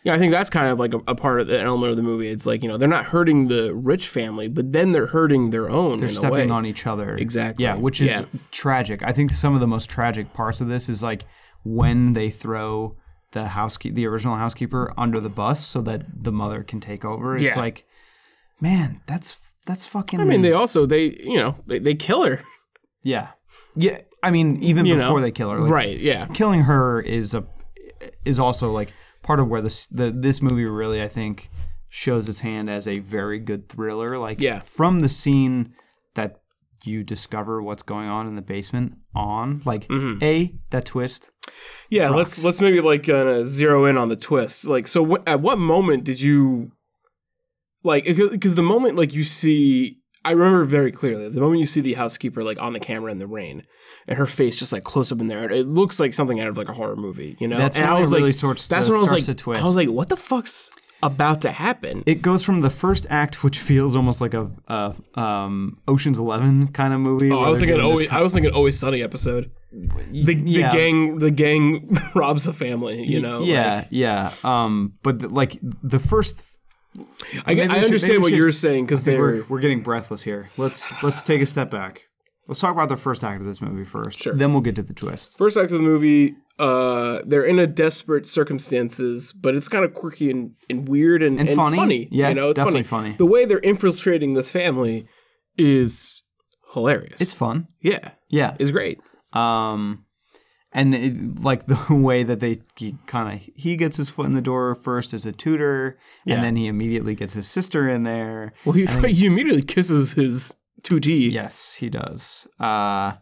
B: Yeah, I think that's kind of like a, a part of the element of the movie. It's like you know they're not hurting the rich family, but then they're hurting their own. They're in a way.
A: stepping on each other.
B: Exactly.
A: Yeah, which is
B: Yeah.
A: tragic. I think some of the most tragic parts of this is like when they throw the housekeep the original housekeeper under the bus so that the mother can take over. It's
B: Yeah.
A: like, man, that's that's fucking.
B: I mean, they also they you know they, they kill her,
A: yeah, yeah. I mean, even
B: You know,
A: before they kill her, like,
B: <laughs> right? Yeah,
A: killing her is a is also like part of where this the this movie really I think shows its hand as a very good thriller. Like
B: Yeah.
A: from the scene that you discover what's going on in the basement on like
B: Mm-hmm.
A: a that twist.
B: yeah. Let's let's maybe like uh, zero in on the twists. Like, so wh- at what moment did you like? Because the moment like you see, I remember very clearly the moment you see the housekeeper like on the camera in the rain, and her face just like close up in there. It looks like something out of like a horror movie, you know.
A: That's
B: and
A: when
B: I
A: it
B: was
A: really
B: like,
A: sorts to-
B: that's when I was
A: starts
B: like,
A: to twist.
B: I was like, what the fuck's about to happen?
A: It goes from the first act, which feels almost like a, a um, Ocean's Eleven kind of movie.
B: Oh,
A: where
B: I was
A: they're
B: thinking
A: doing this
B: always. I was thinking always sunny episode. The, the
A: yeah.
B: gang, the gang <laughs> robs a family. You know.
A: yeah,
B: like-
A: yeah. Um, but the, like the first, Maybe
B: I, get- I
A: we should- maybe
B: understand
A: we
B: what
A: should-
B: you're saying because they
A: we're
B: were.
A: we're getting breathless here. Let's let's take a step back. Let's talk about the first act of this movie first. Sure. Then we'll get to the twist.
B: First act of the movie, uh, they're in a desperate circumstances, but it's kind of quirky and, and weird and, and,
A: funny.
B: funny.
A: Yeah,
B: you know, it's
A: definitely funny.
B: The way they're infiltrating this family is hilarious.
A: It's fun.
B: yeah,
A: Yeah.
B: it's great.
A: Um, and it, like <laughs> the way that they kind of he gets his foot in the door first as a tutor,
B: Yeah.
A: and then he immediately gets his sister in there.
B: Well, he, <laughs> he immediately kisses his two D.
A: Yes, he does. Uh,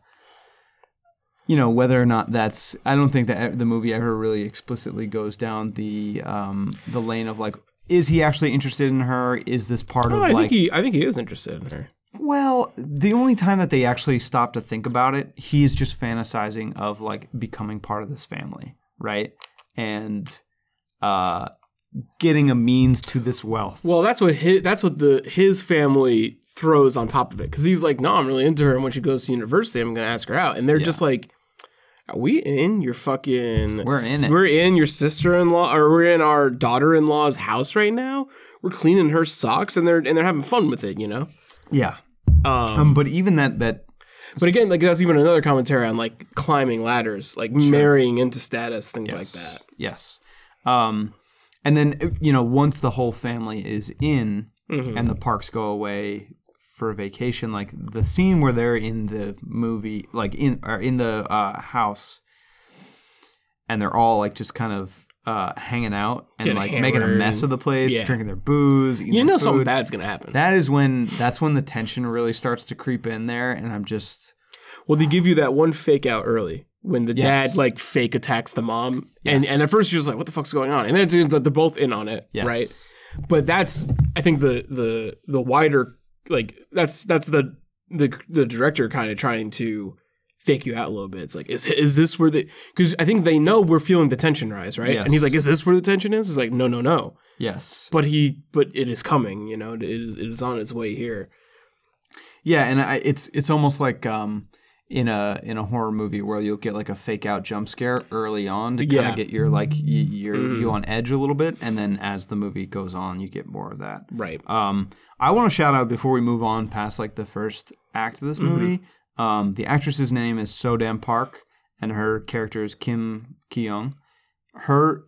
A: you know whether or not that's I don't think that e, the movie ever really explicitly goes down the um, the lane of like is he actually interested in her? Is this part of
B: I
A: like
B: think he. I think he is interested in her.
A: well, the only time that they actually stop to think about it, he's just fantasizing of like becoming part of this family, right? And uh, getting a means to this wealth.
B: Well, that's what his, that's what the his family throws on top of it because he's like, no, I'm really into her, and when she goes to university, I'm gonna ask her out, and they're just like, are we in your fucking?
A: We're in it.
B: We're in your sister-in-law, or we're in our daughter-in-law's house right now. We're cleaning her socks, and they're and they're having fun with it, you know.
A: yeah. um, but even that that
B: But again, like that's even another commentary on like climbing ladders, like marrying into status, things like that.
A: Yes. Um, and then you know once the whole family is in
B: Mm-hmm.
A: and the parks go away for vacation, like the scene where they're in the movie, like in or in the uh, house, and they're all like just kind of uh, hanging out and
B: Getting
A: like making a
B: hammered
A: mess of the place,
B: yeah.
A: drinking their booze. Eating
B: You know,
A: their
B: something
A: food.
B: bad's gonna happen.
A: That is when that's when the tension really starts to creep in there, and I'm just
B: Well, they give you that one fake out early when the
A: Yes.
B: dad like fake attacks the mom, and and at first you're just like, what the fuck's going on? And then it turns out they're both in on it,
A: yes.
B: right? But that's I think the the the wider like that's that's the the the director kind of trying to fake you out a little bit. It's like is is this where the because I think they know we're feeling the tension rise, right? And
A: Yes.
B: he's like, is this where the tension is? It's like, no, no, no.
A: yes.
B: But he but it is coming, you know. It is it is on its way here.
A: Yeah, and I, it's it's almost like um in a in a horror movie where you'll get like a fake out jump scare early on to kind
B: Yeah. Mm-hmm.
A: of get your like y- your you on edge a little bit, and then as the movie goes on, you get more of that.
B: Right.
A: Um, I want to shout out before we move on past like the first act of this
B: Mm-hmm.
A: movie. Um, the actress's name is Sodam Park, and her character is Kim Kyung. Her,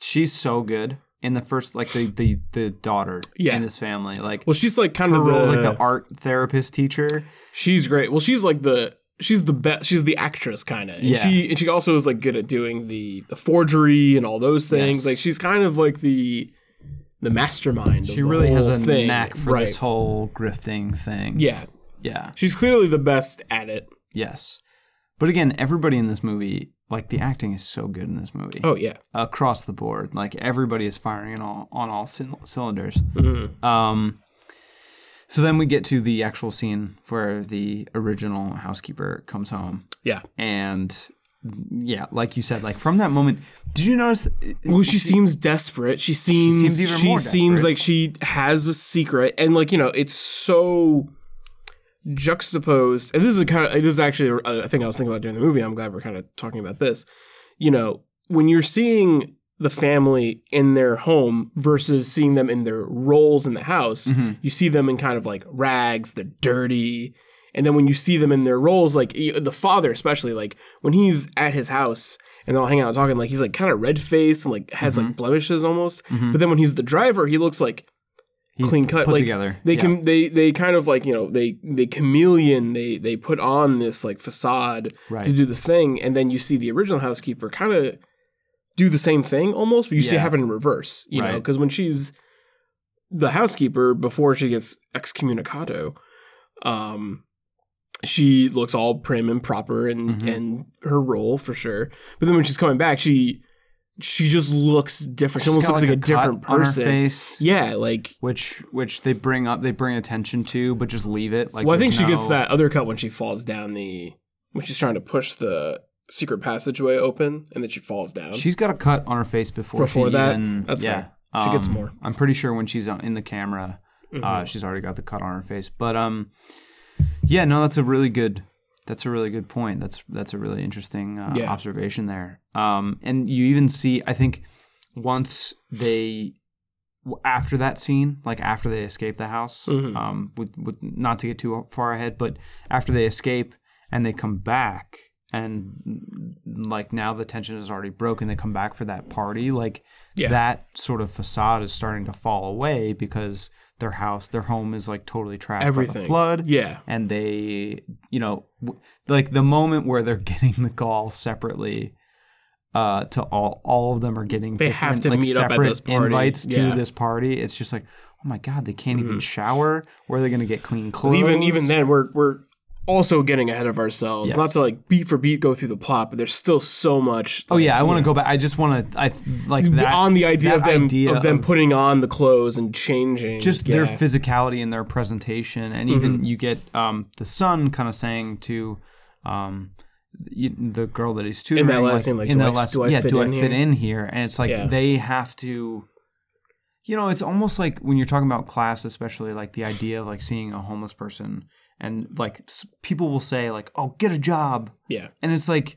A: she's so good in the first like the the the daughter
B: Yeah.
A: in this family. Like
B: Well, she's like kind of
A: role like the art therapist teacher.
B: She's great. Well, she's like the she's the best. She's the actress kind of.
A: Yeah.
B: And she and she also is like good at doing the the forgery and all those things.
A: Yes.
B: Like she's kind of like the the mastermind.
A: She really has a
B: thing.
A: knack for
B: right.
A: this whole grifting thing.
B: Yeah,
A: Yeah.
B: she's clearly the best at it.
A: Yes. But again, everybody in this movie, like the acting is so good in this movie
B: Oh yeah,
A: across the board. Like everybody is firing on all, on all c- cylinders.
B: Mm-hmm.
A: Um, so then we get to the actual scene where the original housekeeper comes home,
B: yeah.
A: and yeah, like you said, like from that moment, did you notice?
B: Well, she seems desperate. She seems she
A: seems
B: seems,
A: even more desperate.
B: like she has a secret, and like you know, it's so juxtaposed. And this is a kind of this is actually a, a thing I was thinking about during the movie. I'm glad we're kind of talking about this. You know, when you're seeing the family in their home versus seeing them in their roles in the house,
A: Mm-hmm.
B: you see them in kind of like rags. They're dirty. And then when you see them in their roles, like y- the father, especially, like when he's at his house and they're all hanging out talking. Like he's like kind of red faced and like has
A: Mm-hmm.
B: like blemishes almost. But then when he's the driver, he looks like
A: He's
B: clean cut.
A: put
B: like
A: together.
B: they
A: Yeah.
B: can they they kind of like you know they they chameleon. They they put on this like facade
A: Right.
B: to do this thing, and then you see the original housekeeper kind of do the same thing almost, but you see it
A: Yeah.
B: happen in reverse. You know,
A: Right.
B: because when she's the housekeeper before she gets excommunicado, um, she looks all prim and proper and
A: Mhm.
B: and her role for sure. But then when she's coming back, she she just looks different. She
A: She's
B: almost
A: got,
B: looks like, a,
A: cut
B: different
A: on her
B: person.
A: face,
B: Yeah, like
A: which which they bring up, they bring attention to, but just leave it. Like
B: well, I think
A: there's
B: she gets
A: no-
B: that other cut when she falls down the when she's trying to push the secret passageway open and then she falls down.
A: She's got a cut on her face before
B: Before
A: she
B: that?
A: even-
B: That's
A: yeah.
B: fair. She gets
A: Um,
B: more. Mm-hmm.
A: I'm pretty sure when she's on- in the camera, uh, she's already got the cut on her face. But um, yeah, no, that's a really good. That's a really good point. That's that's a really interesting uh,
B: Yeah.
A: observation there. Um, and you even see, I think, once they w- after that scene, like after they escape the house,
B: Mm-hmm.
A: um, with, with not to get too far ahead, but after they escape and they come back, and like now the tension is already broken. They come back for that party, like
B: Yeah.
A: that sort of facade is starting to fall away because their house, their home is like totally trashed by
B: Everything.
A: the flood
B: Yeah.
A: and they you know w- like the moment where they're <laughs> getting the call separately uh to all all of them are getting they
B: have to meet up at this party.
A: invites to
B: Yeah.
A: this party it's just like oh my god they can't even shower where are they going to get clean clothes
B: But even even then we're we're also getting ahead of ourselves. Not
A: Yes.
B: to like beat for beat go through the plot, but there's still so much
A: oh yeah i want to go back i just want to i th- like that
B: on the idea
A: that
B: of them
A: idea
B: of them putting on the clothes and changing
A: just their
B: Yeah.
A: physicality and their presentation, and even
B: Mm-hmm.
A: you get um, the son kind of saying to um, you, the girl that he's tutoring
B: that last scene, like,
A: in
B: do
A: that
B: I-
A: last
B: do I
A: yeah,
B: fit
A: do I
B: in
A: fit
B: here?
A: in here? And it's like
B: Yeah.
A: they have to. You know, it's almost like when you're talking about class, especially like the idea of like seeing a homeless person, and like s- people will say like, "Oh, get a job,"
B: yeah.
A: and it's like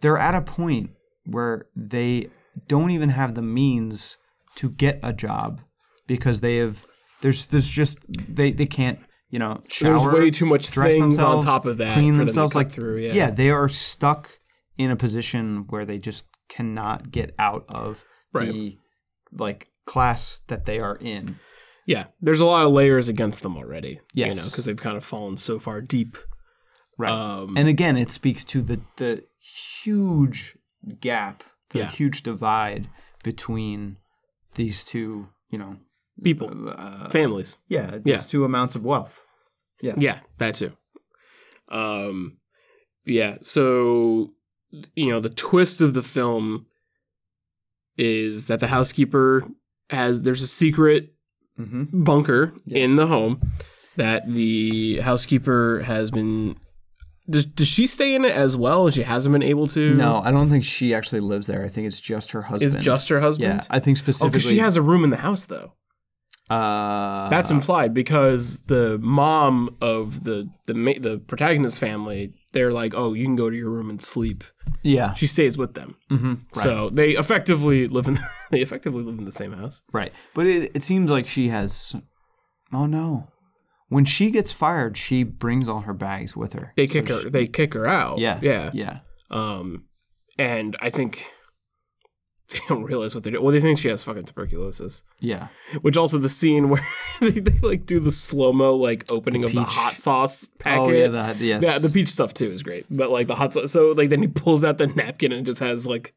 A: they're at a point where they don't even have the means to get a job because they have there's there's just they they can't you know shower,
B: There's way too much
A: dress
B: things on
A: themselves,
B: top of that. for
A: clean
B: them to
A: themselves
B: cut
A: like
B: through, yeah.
A: yeah they are stuck in a position where they just cannot get out of
B: Right.
A: the like class that they are in
B: Yeah, there's a lot of layers against them already. you know,
A: Yes.
B: because they've kind of fallen so far deep.
A: Right.
B: Um,
A: and again, it speaks to the the huge gap, the
B: Yeah.
A: huge divide between these two, you know,
B: People,
A: Uh,
B: families.
A: yeah, these
B: Yeah.
A: two amounts of wealth.
B: Yeah, that too. Um, yeah. So you know, the twist of the film is that the housekeeper has there's a secret
A: Mm-hmm.
B: bunker
A: Yes.
B: in the home that the housekeeper has been. Does, does she stay in it as well? And she hasn't been able to.
A: No, I don't think she actually lives there. I think it's just her
B: is
A: husband.
B: just her
A: yeah,
B: husband.
A: I think
B: oh, because
A: specifically.
B: she has a room in the house though.
A: uh,
B: That's implied because the mom of the the ma- the protagonist's family, they're like, "Oh, you can go to your room and sleep."
A: yeah,
B: She stays with them,
A: hmm
B: so they effectively live in <laughs> they effectively live in the same house.
A: right. But it, it seems like she has. Oh no, when she gets fired, she brings all her bags with her.
B: They kick her. they kick her out.
A: Yeah,
B: yeah,
A: yeah.
B: Um, and I think <laughs> they don't realize what they're doing. Well, they think she has fucking tuberculosis.
A: Yeah.
B: Which also the scene where <laughs> they, they like do the slow mo like opening of the
A: peach.
B: hot sauce packet.
A: Oh yeah. That, yes.
B: Yeah, the peach stuff too is great, but like the hot sauce. So like then he pulls out the napkin and it just has like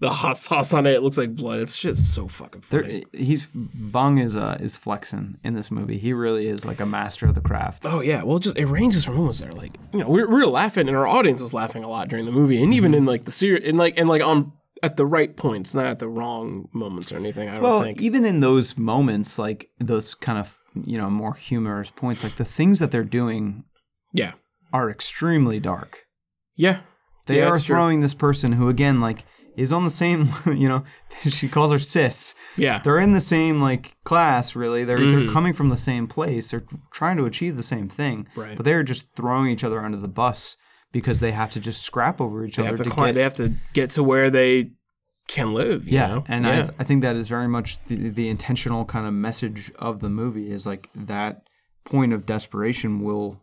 B: the hot sauce on it. It looks like blood. It's just so fucking
A: There,
B: funny.
A: he's Bung is uh, is flexing in this movie. He really is like a master of the craft.
B: oh yeah, well, just it ranges from almost there. Like you know, we were, we were laughing and our audience was laughing a lot during the movie, and
A: Mm-hmm.
B: even in like the series, and like and like on at the right points, not at the wrong moments or anything. I don't
A: Well,
B: think.
A: even in those moments, like those kind of you know more humorous points, like the things that they're doing
B: Yeah,
A: are extremely dark.
B: yeah,
A: They
B: Yeah,
A: are
B: that's true.
A: throwing this person who again like is on the same <laughs> you know she calls her sis.
B: yeah.
A: They're in the same like class really. They're
B: Mm-hmm.
A: they're coming from the same place. They're trying to achieve the same thing.
B: Right.
A: But they're just throwing each other under the bus because they have to just scrap over each
B: They
A: other
B: have to
A: to
B: climb.
A: get
B: They have to get to where they can live. You
A: Yeah,
B: know?
A: and
B: yeah.
A: I, I think that is very much the, the intentional kind of message of the movie is like that point of desperation will,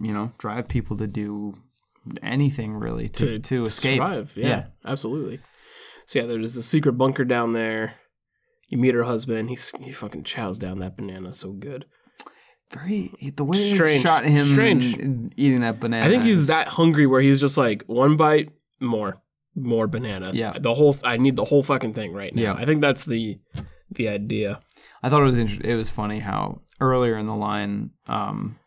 A: you know, drive people to do anything really to to, escape.
B: survive. Yeah,
A: Yeah.
B: absolutely. So yeah, there's a secret bunker down there. You meet her husband. He's he fucking chows down that banana so good.
A: Very the way they
B: Strange.
A: shot him
B: Strange.
A: eating that banana.
B: I think he's
A: is-
B: that hungry where he's just like one bite more, more banana.
A: Yeah.
B: the whole I need the whole fucking thing right now.
A: Yeah.
B: I think that's the the idea.
A: I thought it was inter- it was funny how earlier in the line, um,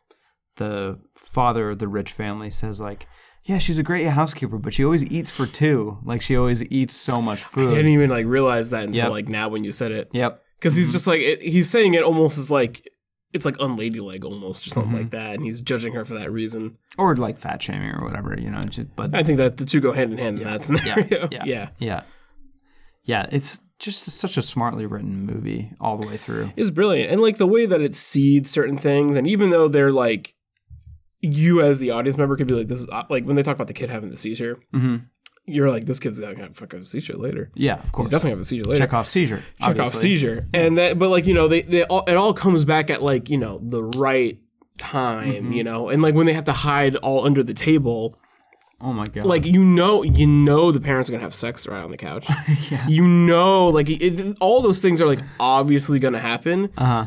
A: the father of the rich family says like, "Yeah, she's a great housekeeper, but she always eats for two. Like she always eats so much
B: I
A: food."
B: didn't even like realize that until
A: Yep.
B: like now when you said it.
A: yep.
B: because he's just like it, he's saying it almost as like it's like unladylike almost or something
A: Mm-hmm.
B: like that, and he's judging her for that reason.
A: Or like fat shaming or whatever, you know. it's just- But
B: I think that the two go hand in hand in that scenario. <laughs> Yeah,
A: yeah. yeah, yeah, it's just such a smartly written movie all the way through.
B: it's brilliant, and like the way that it seeds certain things, and even though they're like you as the audience member could be like this is like when they talk about the kid having the seizure,
A: Mhm.
B: you're like this kid's gonna have fucking a seizure later.
A: Yeah, of course.
B: He's definitely gonna have a seizure later.
A: check off seizure.
B: check off seizure and that but like you know they, they all, it all comes back at like you know the right time you know and like when they have to hide all under the table
A: Oh my god.
B: like you know you know the parents are gonna have sex right on the couch you know like it, all those things are like obviously gonna happen
A: uh huh.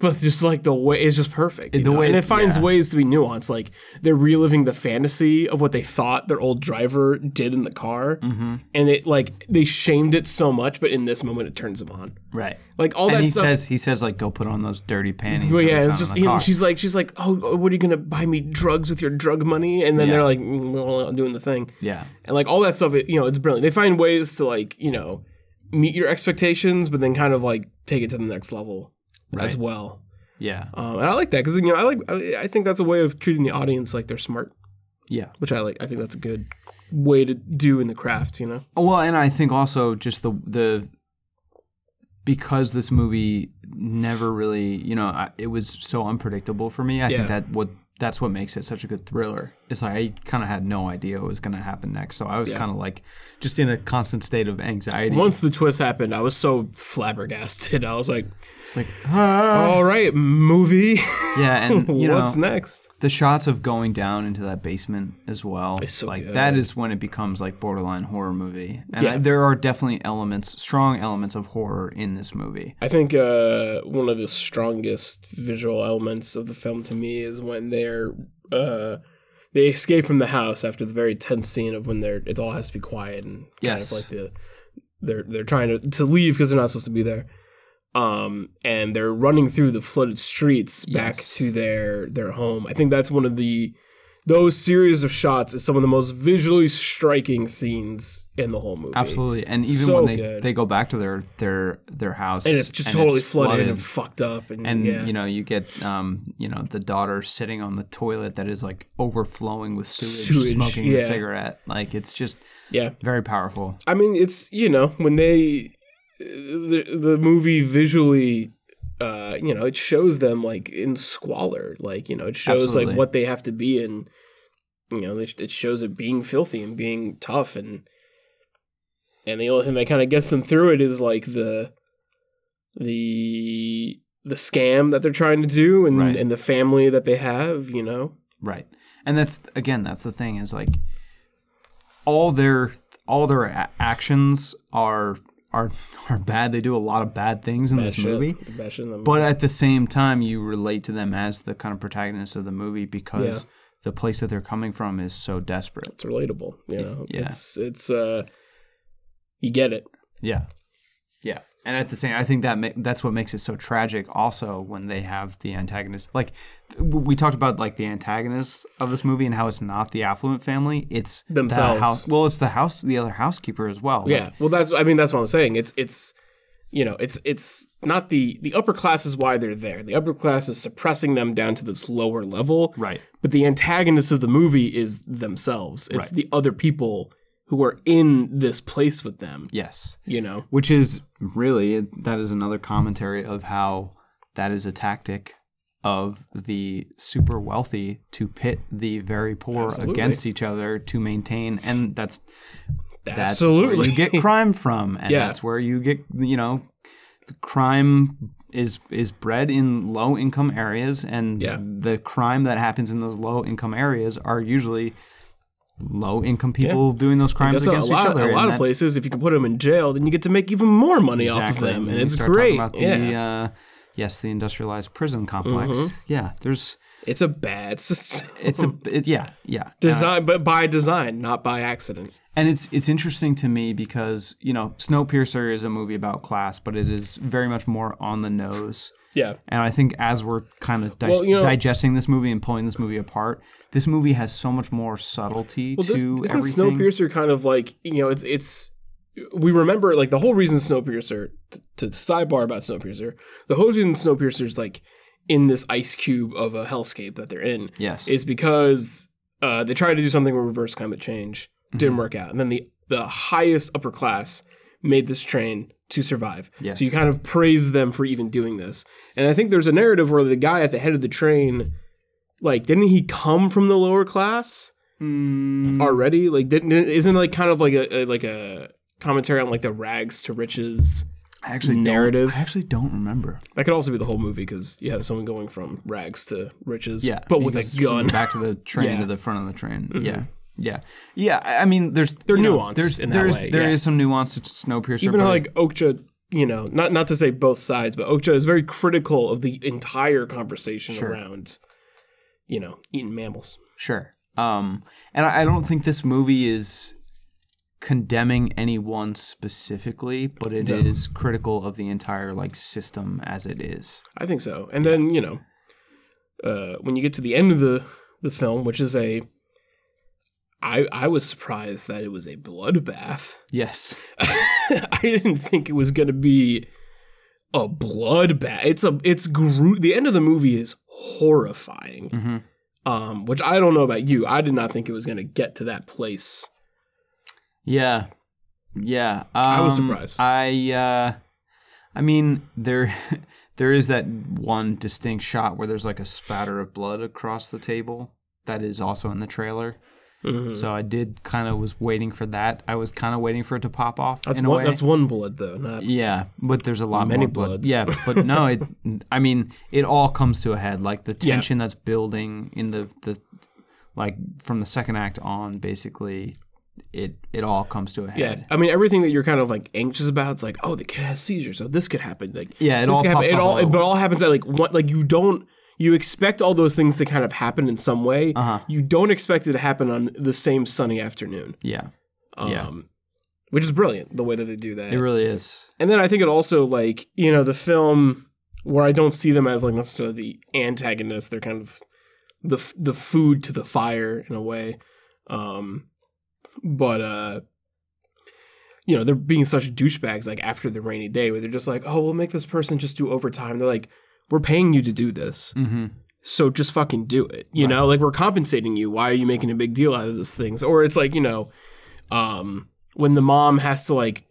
B: but just like the way it's just perfect you
A: The
B: know?
A: way
B: and it
A: it's-
B: finds
A: yeah.
B: ways to be nuanced like they're reliving the fantasy of what they thought their old driver did in the car
A: Mm-hmm.
B: and it like they shamed it so much but in this moment it turns them on
A: Right.
B: like all
A: and
B: that
A: he
B: stuff
A: says he says like go put on those dirty panties.
B: <laughs> Well,
A: that we
B: yeah, it's
A: found
B: just
A: in the
B: you know,
A: car."
B: she's like she's like, oh, what are you gonna buy me drugs with your drug money? And then
A: Yeah.
B: they're like, "Mm, well, I'm doing the thing,
A: yeah.
B: and like all that stuff. It, you know, it's brilliant. They find ways to like you know meet your expectations, but then kind of like take it to the next level
A: Right.
B: as well.
A: Yeah.
B: Um, and I like that because you know I like I, I think that's a way of treating the audience like they're smart,
A: Yeah.
B: which I like. I think that's a good way to do in the craft. You know,
A: Well, and I think also just the the because this movie never really, you know, I, it was so unpredictable for me. I
B: Yeah.
A: think that what that's what makes it such a good thriller. It's like I kind of had no idea what was going to happen next, so I was kind of like just in a constant state of anxiety.
B: once the twist happened, I was so flabbergasted. <laughs> I was like,
A: it's like, ah.
B: all right, movie, <laughs>
A: yeah, and you know,
B: what's next?
A: the shots of going down into that basement as well.
B: so
A: like
B: good.
A: that is when it becomes like borderline horror movie. And
B: Yeah.
A: I, there are definitely elements, strong elements of horror in this movie.
B: I think uh, one of the strongest visual elements of the film to me is when they're uh, they escape from the house after the very tense scene of when they're it all has to be quiet and kind
A: Yes.
B: of like the they're they're trying to to leave because they're not supposed to be there. Um, and they're running through the flooded streets back
A: Yes.
B: to their their home. I think that's one of the those series of shots is some of the most visually striking scenes in the whole movie.
A: Absolutely, and even
B: So
A: when they,
B: good.
A: they go back to their their their house,
B: And it's just totally flooded, and fucked up, and,
A: and
B: yeah.
A: you know you get um you know the daughter sitting on the toilet that is like overflowing with sewage,
B: Sewage,
A: smoking
B: yeah.
A: a cigarette. Like it's just
B: yeah.
A: very powerful.
B: I mean, it's you know when they the the movie visually, uh, you know, it shows them like in squalor, like you know, it shows
A: Absolutely.
B: like what they have to be, and you know, it it shows it being filthy and being tough, and and the only thing that kind of gets them through it is like the the the scam that they're trying to do, and
A: Right.
B: and the family that they have, you know,
A: Right. And that's again, that's the thing is like all their all their a- actions are are are bad. They do a lot of bad things in this movie.
B: Shit, the bashing them.
A: But at the same time, you relate to them as the kind of protagonists of the movie because
B: Yeah.
A: the place that they're coming from is so desperate.
B: it's relatable, you know,
A: yeah.
B: it's it's uh, you get it.
A: Yeah. Yeah. And at the same I think that ma- that's what makes it so tragic also when they have the antagonist like th- we talked about like the antagonist of this movie and how it's not the affluent family, it's the
B: Themselves.
A: house, well, it's the house the other housekeeper as well.
B: Yeah. Uh, Well, that's I mean that's what I'm saying. It's it's you know it's it's not the the upper class is why they're there. The upper class is suppressing them down to this lower level.
A: Right.
B: But the antagonist of the movie is themselves. It's the other people who are in this place with them.
A: Yes.
B: You know.
A: Which is really that is another commentary of how that is a tactic of the super wealthy to pit the very poor against each other to maintain and that's that's
B: Absolutely.
A: where you get crime from and
B: Yeah.
A: that's where you get you know crime is is bred in low income areas and
B: Yeah.
A: the crime that happens in those low income areas are usually low income people doing those crimes
B: <laughs> That's a, a
A: against each
B: lot,
A: other.
B: a
A: and
B: lot of
A: that-
B: places. If you can put them in jail, then you get to make even more money off of
A: Exactly.
B: them, and
A: we
B: it's
A: start talking
B: great.
A: About the,
B: yeah, Mm-hmm.
A: uh, yes, the industrialized prison complex. Yeah, there's
B: it's a bad system.
A: it's a it, yeah yeah, Uh,
B: design, but by design, not by accident.
A: and it's it's interesting to me because you know Snowpiercer is a movie about class, but it is very much more on the nose.
B: Yeah,
A: And I think as we're kind of dis-
B: Well, you know-
A: digesting this movie and pulling this movie apart, this movie has so much more subtlety to
B: This- isn't
A: everything.
B: Snowpiercer kind of like you know it's it's we remember like the whole reason Snowpiercer t- to sidebar about Snowpiercer the whole reason Snowpiercer is like in this ice cube of a hellscape that they're in
A: Yes.
B: is because uh, they tried to do something with reverse climate change
A: Mm-hmm.
B: didn't work out and then the the highest upper class made this train to survive
A: Yes.
B: so you kind of praise them for even doing this and I think there's a narrative where the guy at the head of the train like didn't he come from the lower class
A: Hmm.
B: already like didn't didn't- isn't like kind of like a, a like a commentary on like the rags to riches
A: I actually
B: narrative.
A: Don't, I actually don't remember.
B: that could also be the whole movie because you have someone going from rags to riches
A: Yeah,
B: but with
A: he goes
B: a
A: from
B: gun
A: the back
B: <laughs>
A: to the train
B: Yeah. Mm-hmm.
A: to the front of the train. Yeah, yeah, yeah. I I mean, there's they're
B: nuanced
A: there's
B: in that
A: there's
B: way,
A: there
B: yeah.
A: is some nuance to Snowpiercer.
B: even
A: but
B: though
A: it's-
B: like Okja you know not not to say both sides but Okja is very critical of the entire conversation around you know eating mammals
A: Sure. Um, and I, I don't think this movie is condemning anyone specifically, but it is critical of the entire like system as it is.
B: I think so. And then you know, uh, when you get to the end of the the film, which is a, I I was surprised that it was a bloodbath.
A: Yes.
B: <laughs> I didn't think it was gonna be a bloodbath. It's a it's gru- the end of the movie is horrifying.
A: Mm-hmm.
B: Um, which I don't know about you. I did not think it was gonna get to that place.
A: Yeah. Yeah.
B: was
A: Um,
B: surprised.
A: I uh, I mean there <laughs> there is that one distinct shot where there's like a spatter of blood across the table that is also in the trailer.
B: Mm-hmm.
A: So I did kind of was waiting for that. I was kind of waiting for it to pop off.
B: That's
A: in a
B: one
A: way.
B: that's one blood though. Not
A: Yeah, but there's a lot
B: Many
A: more blood.
B: bloods.
A: Yeah, but no, it. <laughs> I mean, it all comes to a head. Like the
B: Yeah.
A: tension that's building in the the, like from the second act on, basically, it it all comes to a head.
B: Yeah, I mean everything that you're kind of like anxious about. It's like, oh, the kid has seizures, so this could happen. Like,
A: Yeah, it
B: this
A: all
B: could
A: pops
B: It
A: up
B: all,
A: all at
B: but it all happens at like what? Like you don't, you expect all those things to kind of happen in some way. Uh-huh. You don't expect it to happen on the same sunny afternoon,
A: yeah,
B: Um,
A: yeah.
B: which is brilliant the way that they do that.
A: It really is.
B: and then I think it also like you know the film where I don't see them as like necessarily the antagonist. They're kind of the f- the food to the fire in a way. Um, but uh, you know they're being such douchebags like after the rainy day where they're just like, oh, we'll make this person just do overtime. They're like, we're paying you to do this.
A: Mm-hmm.
B: So just fucking do it, you know. Like we're compensating you. Why are you making a big deal out of these things? Or it's like you know, um, when the mom has to like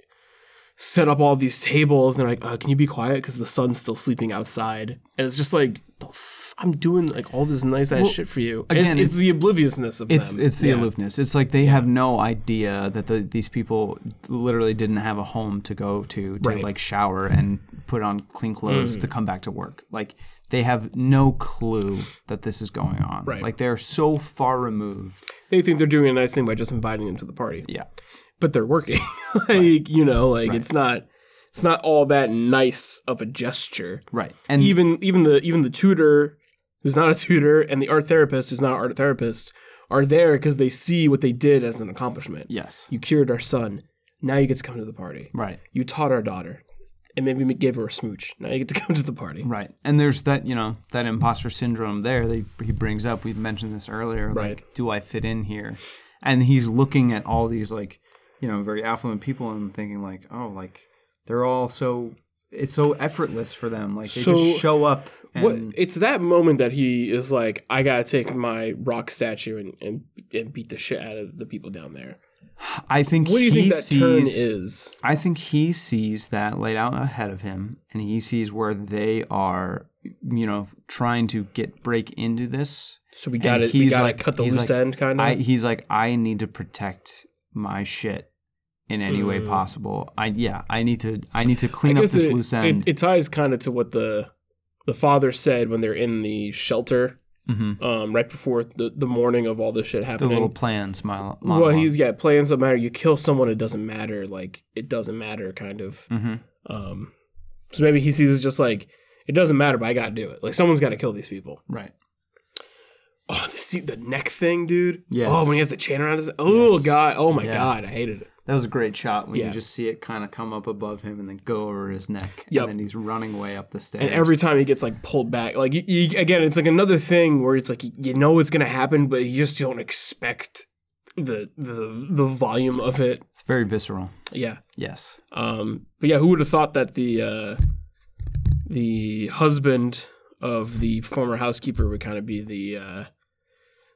B: set up all these tables and they're like, uh, "Can you be quiet? Because the sun's still sleeping outside." And it's just like, the f- I'm doing like all this nice ass shit for you. Again, it's,
A: again,
B: it's
A: it's-
B: the obliviousness of
A: It's
B: them.
A: it's the
B: Um, Yeah.
A: aloofness. It's like they have no idea that the, these people literally didn't have a home to go to to
B: Right. Mm.
A: like shower and put on clean clothes to come back to work. Like they have no clue that this is going on.
B: Right.
A: Like they're so far removed.
B: They think they're doing a nice thing by just inviting them to the party,
A: Yeah.
B: but they're working. <laughs> like you know, like it's not it's not all that nice of a gesture.
A: Right. And
B: even even the even the tutor who's not a tutor and the art therapist who's not an art therapist are there because they see what they did as an accomplishment.
A: yes.
B: You cured our son. Now you get to come to the party.
A: Right.
B: You taught our daughter, and maybe we gave her a smooch. Now you get to come to the party.
A: Right. And there's that, you know, that imposter syndrome there that he brings up. We've mentioned this earlier.
B: Right.
A: Like, do I fit in here? And he's looking at all these, like, you know, very affluent people and thinking, like, oh, like, they're all so, it's so effortless for them. Like, they
B: So,
A: just show up. And,
B: What, it's that moment that he is like, I gotta take my rock statue and, and, and beat the shit out of the people down there.
A: I think
B: What do you
A: he
B: think that
A: sees,
B: turn is?
A: I think he sees that laid out ahead of him, and he sees where they are, you know, trying to get break into this.
B: So we
A: And
B: gotta we
A: he's
B: gotta
A: like-
B: cut the
A: he's
B: loose
A: like,
B: end kind
A: I,
B: of.
A: he's like, I need to protect my shit in any way possible. I yeah, I need to I need to clean up this
B: Mm. it,
A: loose end.
B: It, it ties kind of to what the the father said when they're in the shelter um, right before the, the morning of all this shit
A: Mm-hmm. The
B: happening.
A: little plan smile.
B: well,
A: monologue.
B: he's yeah, plans don't matter. You kill someone, it doesn't matter. Like it doesn't matter, kind of.
A: Mhm.
B: Um, so maybe he sees it just like it doesn't matter, but I got to do it. Like someone's got to kill these people.
A: right.
B: Oh, the see the neck thing, dude.
A: Yes.
B: Oh, when you have the chain around his. Oh
A: Yes.
B: god. Oh my
A: Yeah.
B: god. I hated it.
A: That was a great shot when
B: Yeah.
A: you just see it kind of come up above him and then go over his neck,
B: Yep.
A: and then he's running way up the stairs.
B: And every time he gets like pulled back, like you, you, again, it's like another thing where it's like you, you know it's gonna happen, but you just don't expect the the the volume of it.
A: it's very visceral.
B: Yeah.
A: Yes.
B: Um, but yeah, who would have thought that the uh, the husband of the former housekeeper would kind of be the uh,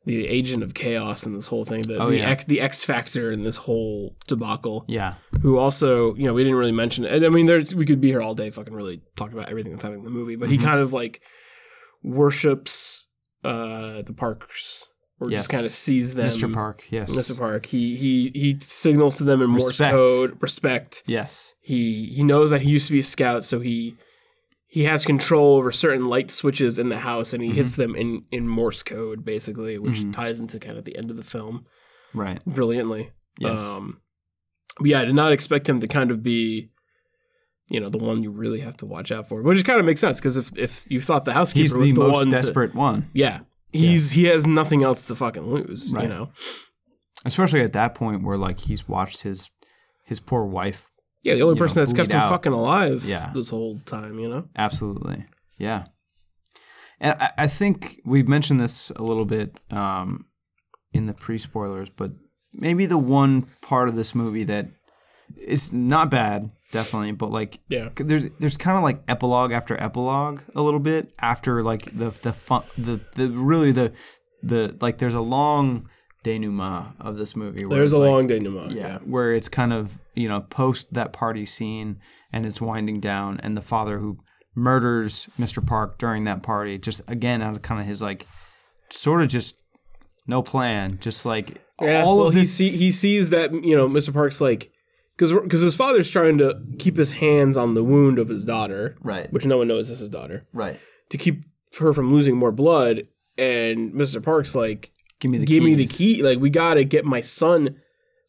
B: the agent of chaos in this whole thing, the
A: Oh,
B: the,
A: yeah.
B: X, the X factor in this whole debacle.
A: Yeah.
B: Who also, you know, we didn't really mention. And I mean, there's we could be here all day, fucking really talking about everything that's happening in the movie. But
A: Mm-hmm.
B: he kind of like worships uh, the Parkers, or
A: Yes.
B: just kind of sees them,
A: Mr. Park. Yes.
B: Mr. Park. He he he signals to them in
A: Respect.
B: Morse code, respect
A: Yes.
B: he he knows that he used to be a scout, so he he has control over certain light switches in the house, and he hits
A: Mm-hmm.
B: them in in Morse code basically, which
A: Mhm.
B: ties into kind of the end of the film
A: Right.
B: brilliantly.
A: Yes.
B: Um, but yeah, I did not expect him to kind of be. You know the one you really have to watch out for, which kind of makes sense because if if you thought the housekeeper
A: he's the,
B: was the,
A: most
B: one, to-
A: desperate one,
B: yeah, he's he has nothing else to fucking lose, you
A: Right.
B: know.
A: especially at that point where like he's watched his his poor wife.
B: Yeah, the only
A: You
B: person
A: know,
B: that's kept
A: bleed
B: him
A: out.
B: fucking alive,
A: Yeah.
B: this whole time, you know.
A: Absolutely. Yeah. And I, I think we mentioned this a little bit um, in the pre spoilers, but maybe the one part of this movie that it's not bad, definitely, but like
B: Yeah.
A: there's there's kind of like epilogue after epilogue a little bit after like the the fun the, the really the the like there's a long denouement of this movie. Where
B: There's
A: it's
B: a
A: like-
B: long day pneumonia.
A: yeah, where it's kind of you know post that party scene and it's winding down and the father who murders mr park during that party just again out of kind of his like sort of just no plan just like
B: Yeah,
A: all
B: well,
A: of
B: he
A: these
B: see, he sees that you know Mr. Parks like because because his father's trying to keep his hands on the wound of his daughter,
A: Right.
B: Which no one knows is his daughter
A: right
B: to keep her from losing more blood. And Mr. Parks like
A: give me the
B: give me the
A: keys.
B: key, like we gotta get my son,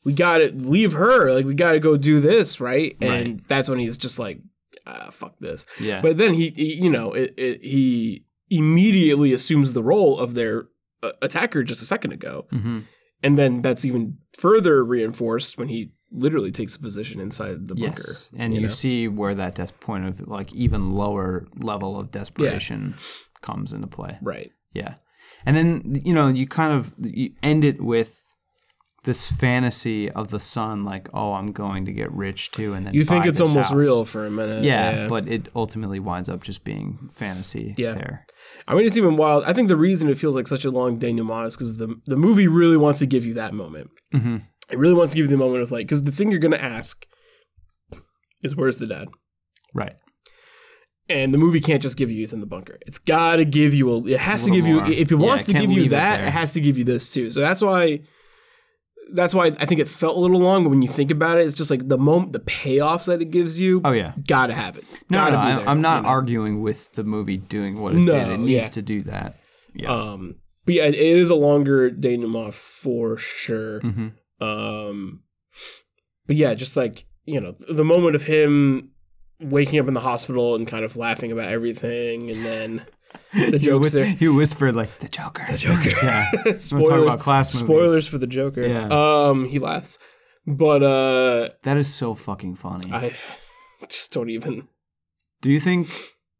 B: we gotta leave her, like we gotta go do this right. And that's when he's just like, ah, fuck this.
A: yeah
B: But then he, he- you know, it, it, he immediately assumes the role of their uh, attacker just a second ago.
A: hmm
B: And then that's even further reinforced when he literally takes a position inside the bunker.
A: yes and you,
B: know?
A: see where that des- point of like even lower level of desperation comes into play
B: Right.
A: Yeah. And then, you know, you kind of you end it with this fantasy of the son, like, oh, I'm going to get rich too. And then
B: You think
A: buy
B: it's
A: this
B: almost
A: house.
B: real for a minute.
A: Yeah, But it ultimately winds up just being fantasy
B: Yeah.
A: there.
B: I mean, it's even wild. I think the reason it feels like such a long denouement is because the, the movie really wants to give you that moment.
A: Mhm.
B: It really wants to give you the moment of like, because the thing you're going to ask is where's the dad?
A: Right.
B: and the movie can't just give you he's in the bunker. It's got to give you a. It has
A: A
B: to give
A: little
B: you
A: more.
B: if it
A: Yeah,
B: wants
A: it
B: to
A: can't
B: give you
A: leave it
B: that, it,
A: there.
B: has to give you this too. So that's why. That's why I think it felt a little long. But when you think about it, it's just like the moment, the payoffs that it gives you.
A: Oh, yeah.
B: gotta have it.
A: No,
B: gotta
A: no,
B: be
A: I-
B: there,
A: I'm not
B: you know?
A: arguing with the movie doing what it
B: No,
A: did. It needs
B: yeah.
A: to do that. Yeah.
B: Um, but yeah, it it is a longer denouement for sure.
A: Mhm.
B: Um, but yeah, just like you know, the moment of him waking up in the hospital and kind of laughing about everything, and then the
A: you,
B: jokes
A: whis-
B: there.
A: you whispered, like, the Joker. The
B: Joker.
A: <laughs> yeah. <laughs> We're talking
B: <laughs> spoilers,
A: about class movies.
B: spoilers for the Joker.
A: Yeah.
B: Um, he laughs, but uh,
A: That is so fucking funny.
B: I just don't even
A: do you think,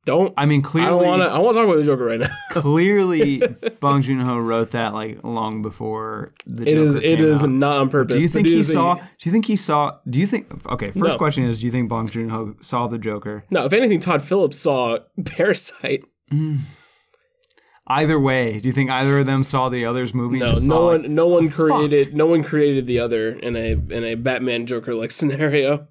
B: don't.
A: I mean,
B: I
A: clearly.
B: don't want to. I want to talk about the Joker right now.
A: clearly Bong Joon Ho wrote that like long before the
B: It is.
A: Joker
B: It
A: came
B: is
A: out.
B: not on purpose.
A: do you
B: but
A: think
B: it
A: he
B: is a-
A: saw? Do you think he saw? Do you think? Okay, first
B: No.
A: question is: Do you think Bong Joon Ho saw the Joker?
B: no, if anything, Todd Phillips saw <laughs> Parasite.
A: Either way, do you think either of them saw the other's movie? and
B: No,
A: just
B: no
A: saw, like-
B: one. No one created. No one created the other in a in a Batman Joker like <laughs> scenario.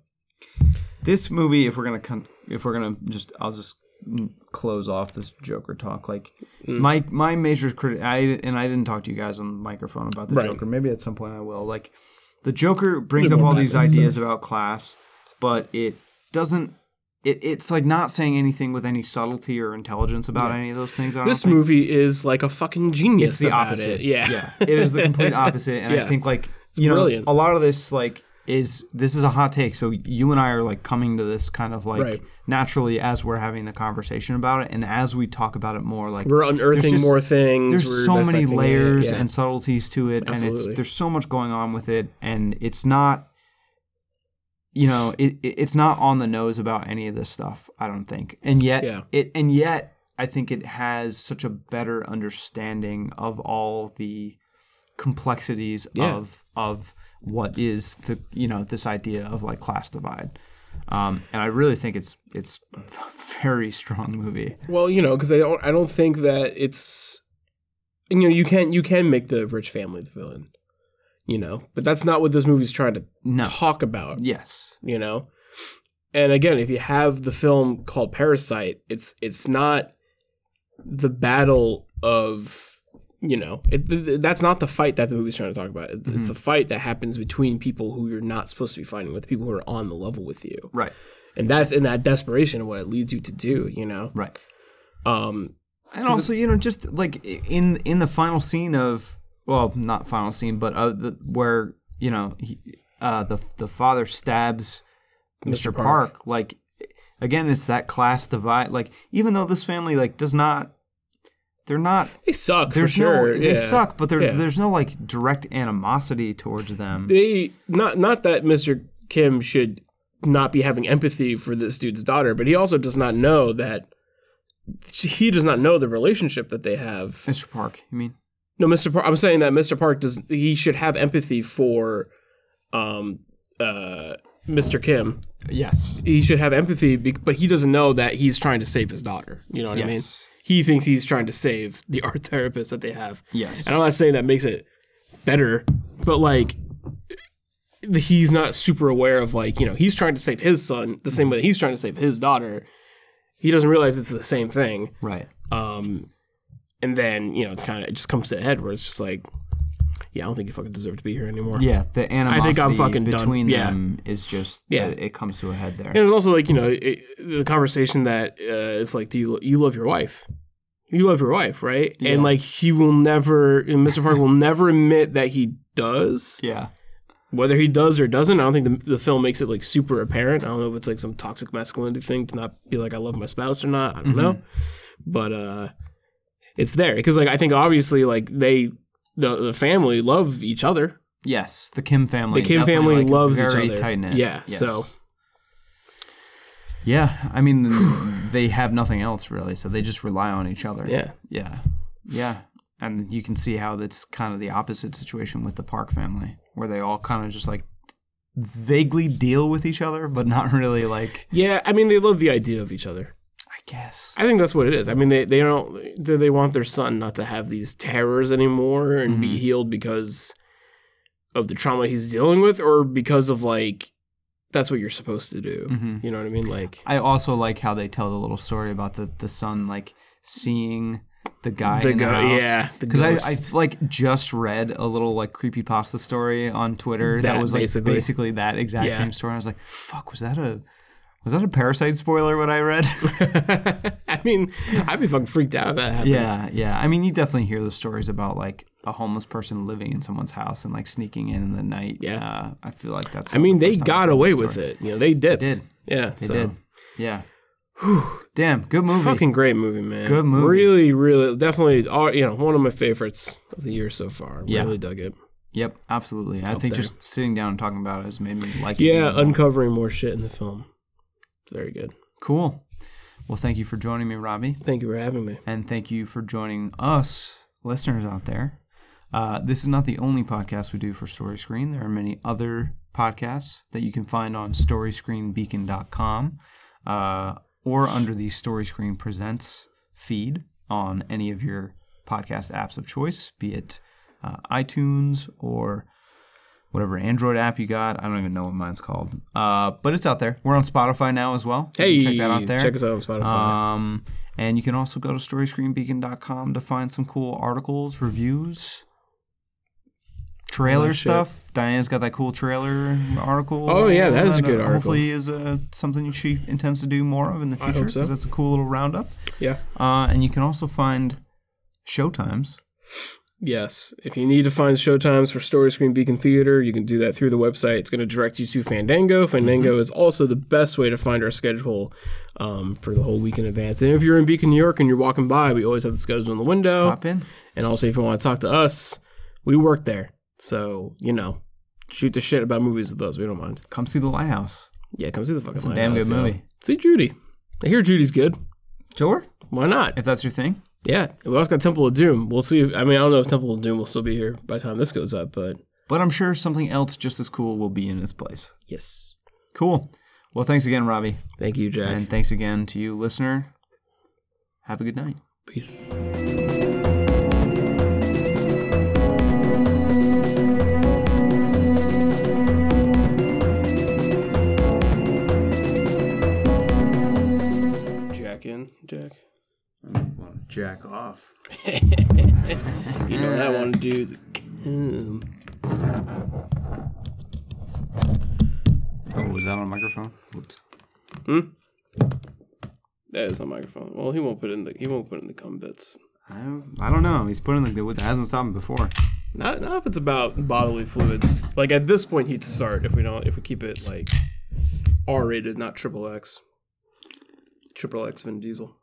A: this movie, if we're gonna, con- if we're gonna just, I'll just mm, close off this Joker talk. Like
B: Mm.
A: my my major critic, I and I didn't talk to you guys on the microphone about the
B: Right.
A: Joker. Maybe at some point I will. Like the Joker brings up all these ideas about class, but it doesn't it, it's like not saying anything with any subtlety or intelligence about any of those things. I don't
B: This
A: think.
B: movie is like a fucking genius.
A: It's the
B: about
A: opposite.
B: It. Yeah.
A: it is the complete opposite. And I
B: Yeah.
A: think like you
B: brilliant.
A: know a lot of this like is this is a hot take. So you and I are like coming to this kind of like
B: Right.
A: naturally as we're having the conversation about it, and as we talk about it more, like
B: <laughs> We're unearthing
A: just-
B: more things.
A: there's
B: we're
A: so many
B: dissecting it,
A: layers
B: yeah.
A: and subtleties to it and
B: Absolutely.
A: it's there's so much going on with it and it's not you know it, it- it's not on the nose about any of this stuff i don't think and yet
B: Yeah.
A: it and yet i think it has such a better understanding of all the complexities
B: Yeah.
A: of of what is the you know this idea of like class divide um, and I really think it's it's <laughs> a very strong movie.
B: Well, you know, because I don't, I don't think that it's, you know, you can you can make the rich family the villain, you know, but that's not what this movie's trying to
A: No.
B: talk about,
A: Yes.
B: you know. And again, if you have the film called Parasite, it's it's not the battle of you know it, th- th- that's not the fight that the movie's trying to talk about. It-
A: Mm-hmm.
B: It's the fight that happens between people who you're not supposed to be fighting with, people who are on the level with you,
A: Right.
B: and that's in that desperation of what it leads you to do, you know.
A: Right.
B: Um,
A: and also you know just like i- in in the final scene of well not final scene but uh, the, where you know he, uh, the the father stabs Mr. Park. like again it's that class divide like even though this family like does not they're not
B: They suck
A: there's
B: for sure.
A: no they
B: yeah.
A: suck but there
B: Yeah.
A: there's no like direct animosity towards them
B: They not not that Mr. Kim should not be having empathy for this dude's daughter, but he also does not know that he does not know the relationship that they have.
A: Mr. Park you mean
B: No, Mr. Park. I'm saying that Mr. Park does. He should have empathy for, um, uh, Mr. Kim.
A: yes
B: He should have empathy, bec- but he doesn't know that he's trying to save his daughter. You know what I mean?
A: Yes.
B: He thinks he's trying to save the <laughs> art therapist that they have.
A: yes
B: And I'm not saying that makes it better, but like he's not super aware of like, you know, he's trying to save his son the same way that he's trying to save his daughter. He doesn't realize it's the same thing.
A: right
B: Um and then, you know, it's kind of it just comes to a head where it's just like yeah, I don't think you fucking deserve to be here anymore.
A: yeah the animosity
B: fucking done.
A: between
B: Yeah.
A: them is just
B: Yeah.
A: it, it comes to a head there
B: And it's also like, you know, it, the conversation that uh, it's like, do you you love your wife? You love your wife, right? And like he will never and Mr. Park will never admit that he does.
A: yeah
B: whether he does or doesn't, I don't think the, the film makes it like super apparent. I don't know if it's like some toxic masculinity thing to not be like I love my spouse or not. I don't know, but uh, it's there because like I think obviously like they the the family love each other.
A: Yes, the Kim family.
B: The Kim
A: definitely,
B: family loves each
A: very
B: other.
A: Tight knit.
B: Yeah, so-
A: Yeah, I
B: <sighs>
A: mean, they have nothing else really, so they just rely on each other.
B: Yeah,
A: yeah, yeah. And you can see how that's kind of the opposite situation with the Park family, where they all kind of just like vaguely deal with each other, but not really like.
B: yeah. I mean, they love the idea of each other.
A: I guess.
B: I think that's what it is. I mean, they they don't they, they want their son not to have these terrors anymore and
A: Mm-hmm.
B: be healed because of the trauma he's dealing with, or because of like that's what you're supposed to do.
A: Mm-hmm.
B: You know what I mean? Like <laughs>
A: I also like how they tell the little story about the the son like seeing the guy
B: The
A: in the
B: guy-
A: house.
B: yeah, the
A: because I,
B: ghost.
A: I like just read a little like creepy pasta story on Twitter that,
B: That,
A: was like basically,
B: basically.
A: that exact
B: Yeah.
A: same story. I was like, fuck, was that a was that a parasite spoiler? What I read?
B: I mean, I'd be fucking freaked out if that
A: <laughs>
B: happened.
A: yeah, yeah. I mean, you definitely hear the stories about like a homeless person living in someone's house and like sneaking in in the night.
B: Yeah.
A: uh, I feel like that's.
B: I mean, they got away with it. You know, they dipped.
A: did.
B: Yeah,
A: They
B: so.
A: did. Yeah. Damn, good movie.
B: Fucking great movie, man.
A: Good movie.
B: Really, really, definitely. All, you know, one of my favorites of the year so far.
A: Yeah.
B: Really dug it.
A: Yep, absolutely. I think
B: there.
A: just sitting down and talking about it has made me like it.
B: Yeah,
A: even more.
B: uncovering more shit in the film. Very good.
A: cool. Well, thank you for joining me, Robbie,
B: Thank you for having me.
A: and thank you for joining us, listeners out there. Uh, this is not the only podcast we do for Story Screen. There are many other podcasts that you can find on storyscreenbeacon.com uh, or under the Story Screen Presents feed on any of your podcast apps of choice, be it uh, iTunes or whatever Android app you got. I don't even know what mine's called, uh, but it's out there. We're on Spotify now as well. so
B: Hey,
A: you can check that out there.
B: Check us out on Spotify.
A: Um, and you can also go to storyscreenbeacon.com to find some cool articles, reviews, trailer
B: shit.
A: stuff. Diana's got that cool trailer article.
B: uh, Oh, yeah, that is a good article.
A: Hopefully, is uh, something she intends to do more of in the
B: I hope
A: future because
B: so.
A: that's a cool little roundup.
B: Yeah.
A: Uh, and you can also find showtimes.
B: Yes. If you need to find showtimes for Story Screen Beacon Theater, you can do that through the website. It's going to direct you to Fandango.
A: Mm-hmm.
B: Fandango is also the best way to find our schedule um, for the whole week in advance. And if you're in Beacon, New York, and you're walking by, we always have the schedule in the window.
A: Pop in.
B: And also, if you want to talk to us, we work there. So, you know, shoot the shit about movies with us. We don't mind.
A: Come see the lighthouse.
B: Yeah, come see the fucking It's
A: a damn good movie.
B: See Judy. I hear Judy's good.
A: Sure.
B: Why not?
A: If that's your thing.
B: Yeah. We also got Temple of Doom. We'll see. If, I mean, I don't know if Temple of Doom will still be here by the time this goes up, but
A: But I'm sure something else just as cool will be in its place.
B: yes.
A: Cool. Well, thanks again, Robbie.
B: Thank you, Jack.
A: And thanks again to you, listener. Have a good night.
B: Peace. Jack in, Jack.
A: Jack off.
B: You know what I want to do? The cum.
A: Oh, was that on microphone? Whoops.
B: That is on microphone. Well, he won't put in the he won't put in the cum bits.
A: I, I don't know. He's putting like the wood that hasn't stopped him before.
B: Not not if it's about bodily fluids. Like at this point, he'd start if we don't if we keep it like R rated, not triple X. Triple X Vin Diesel.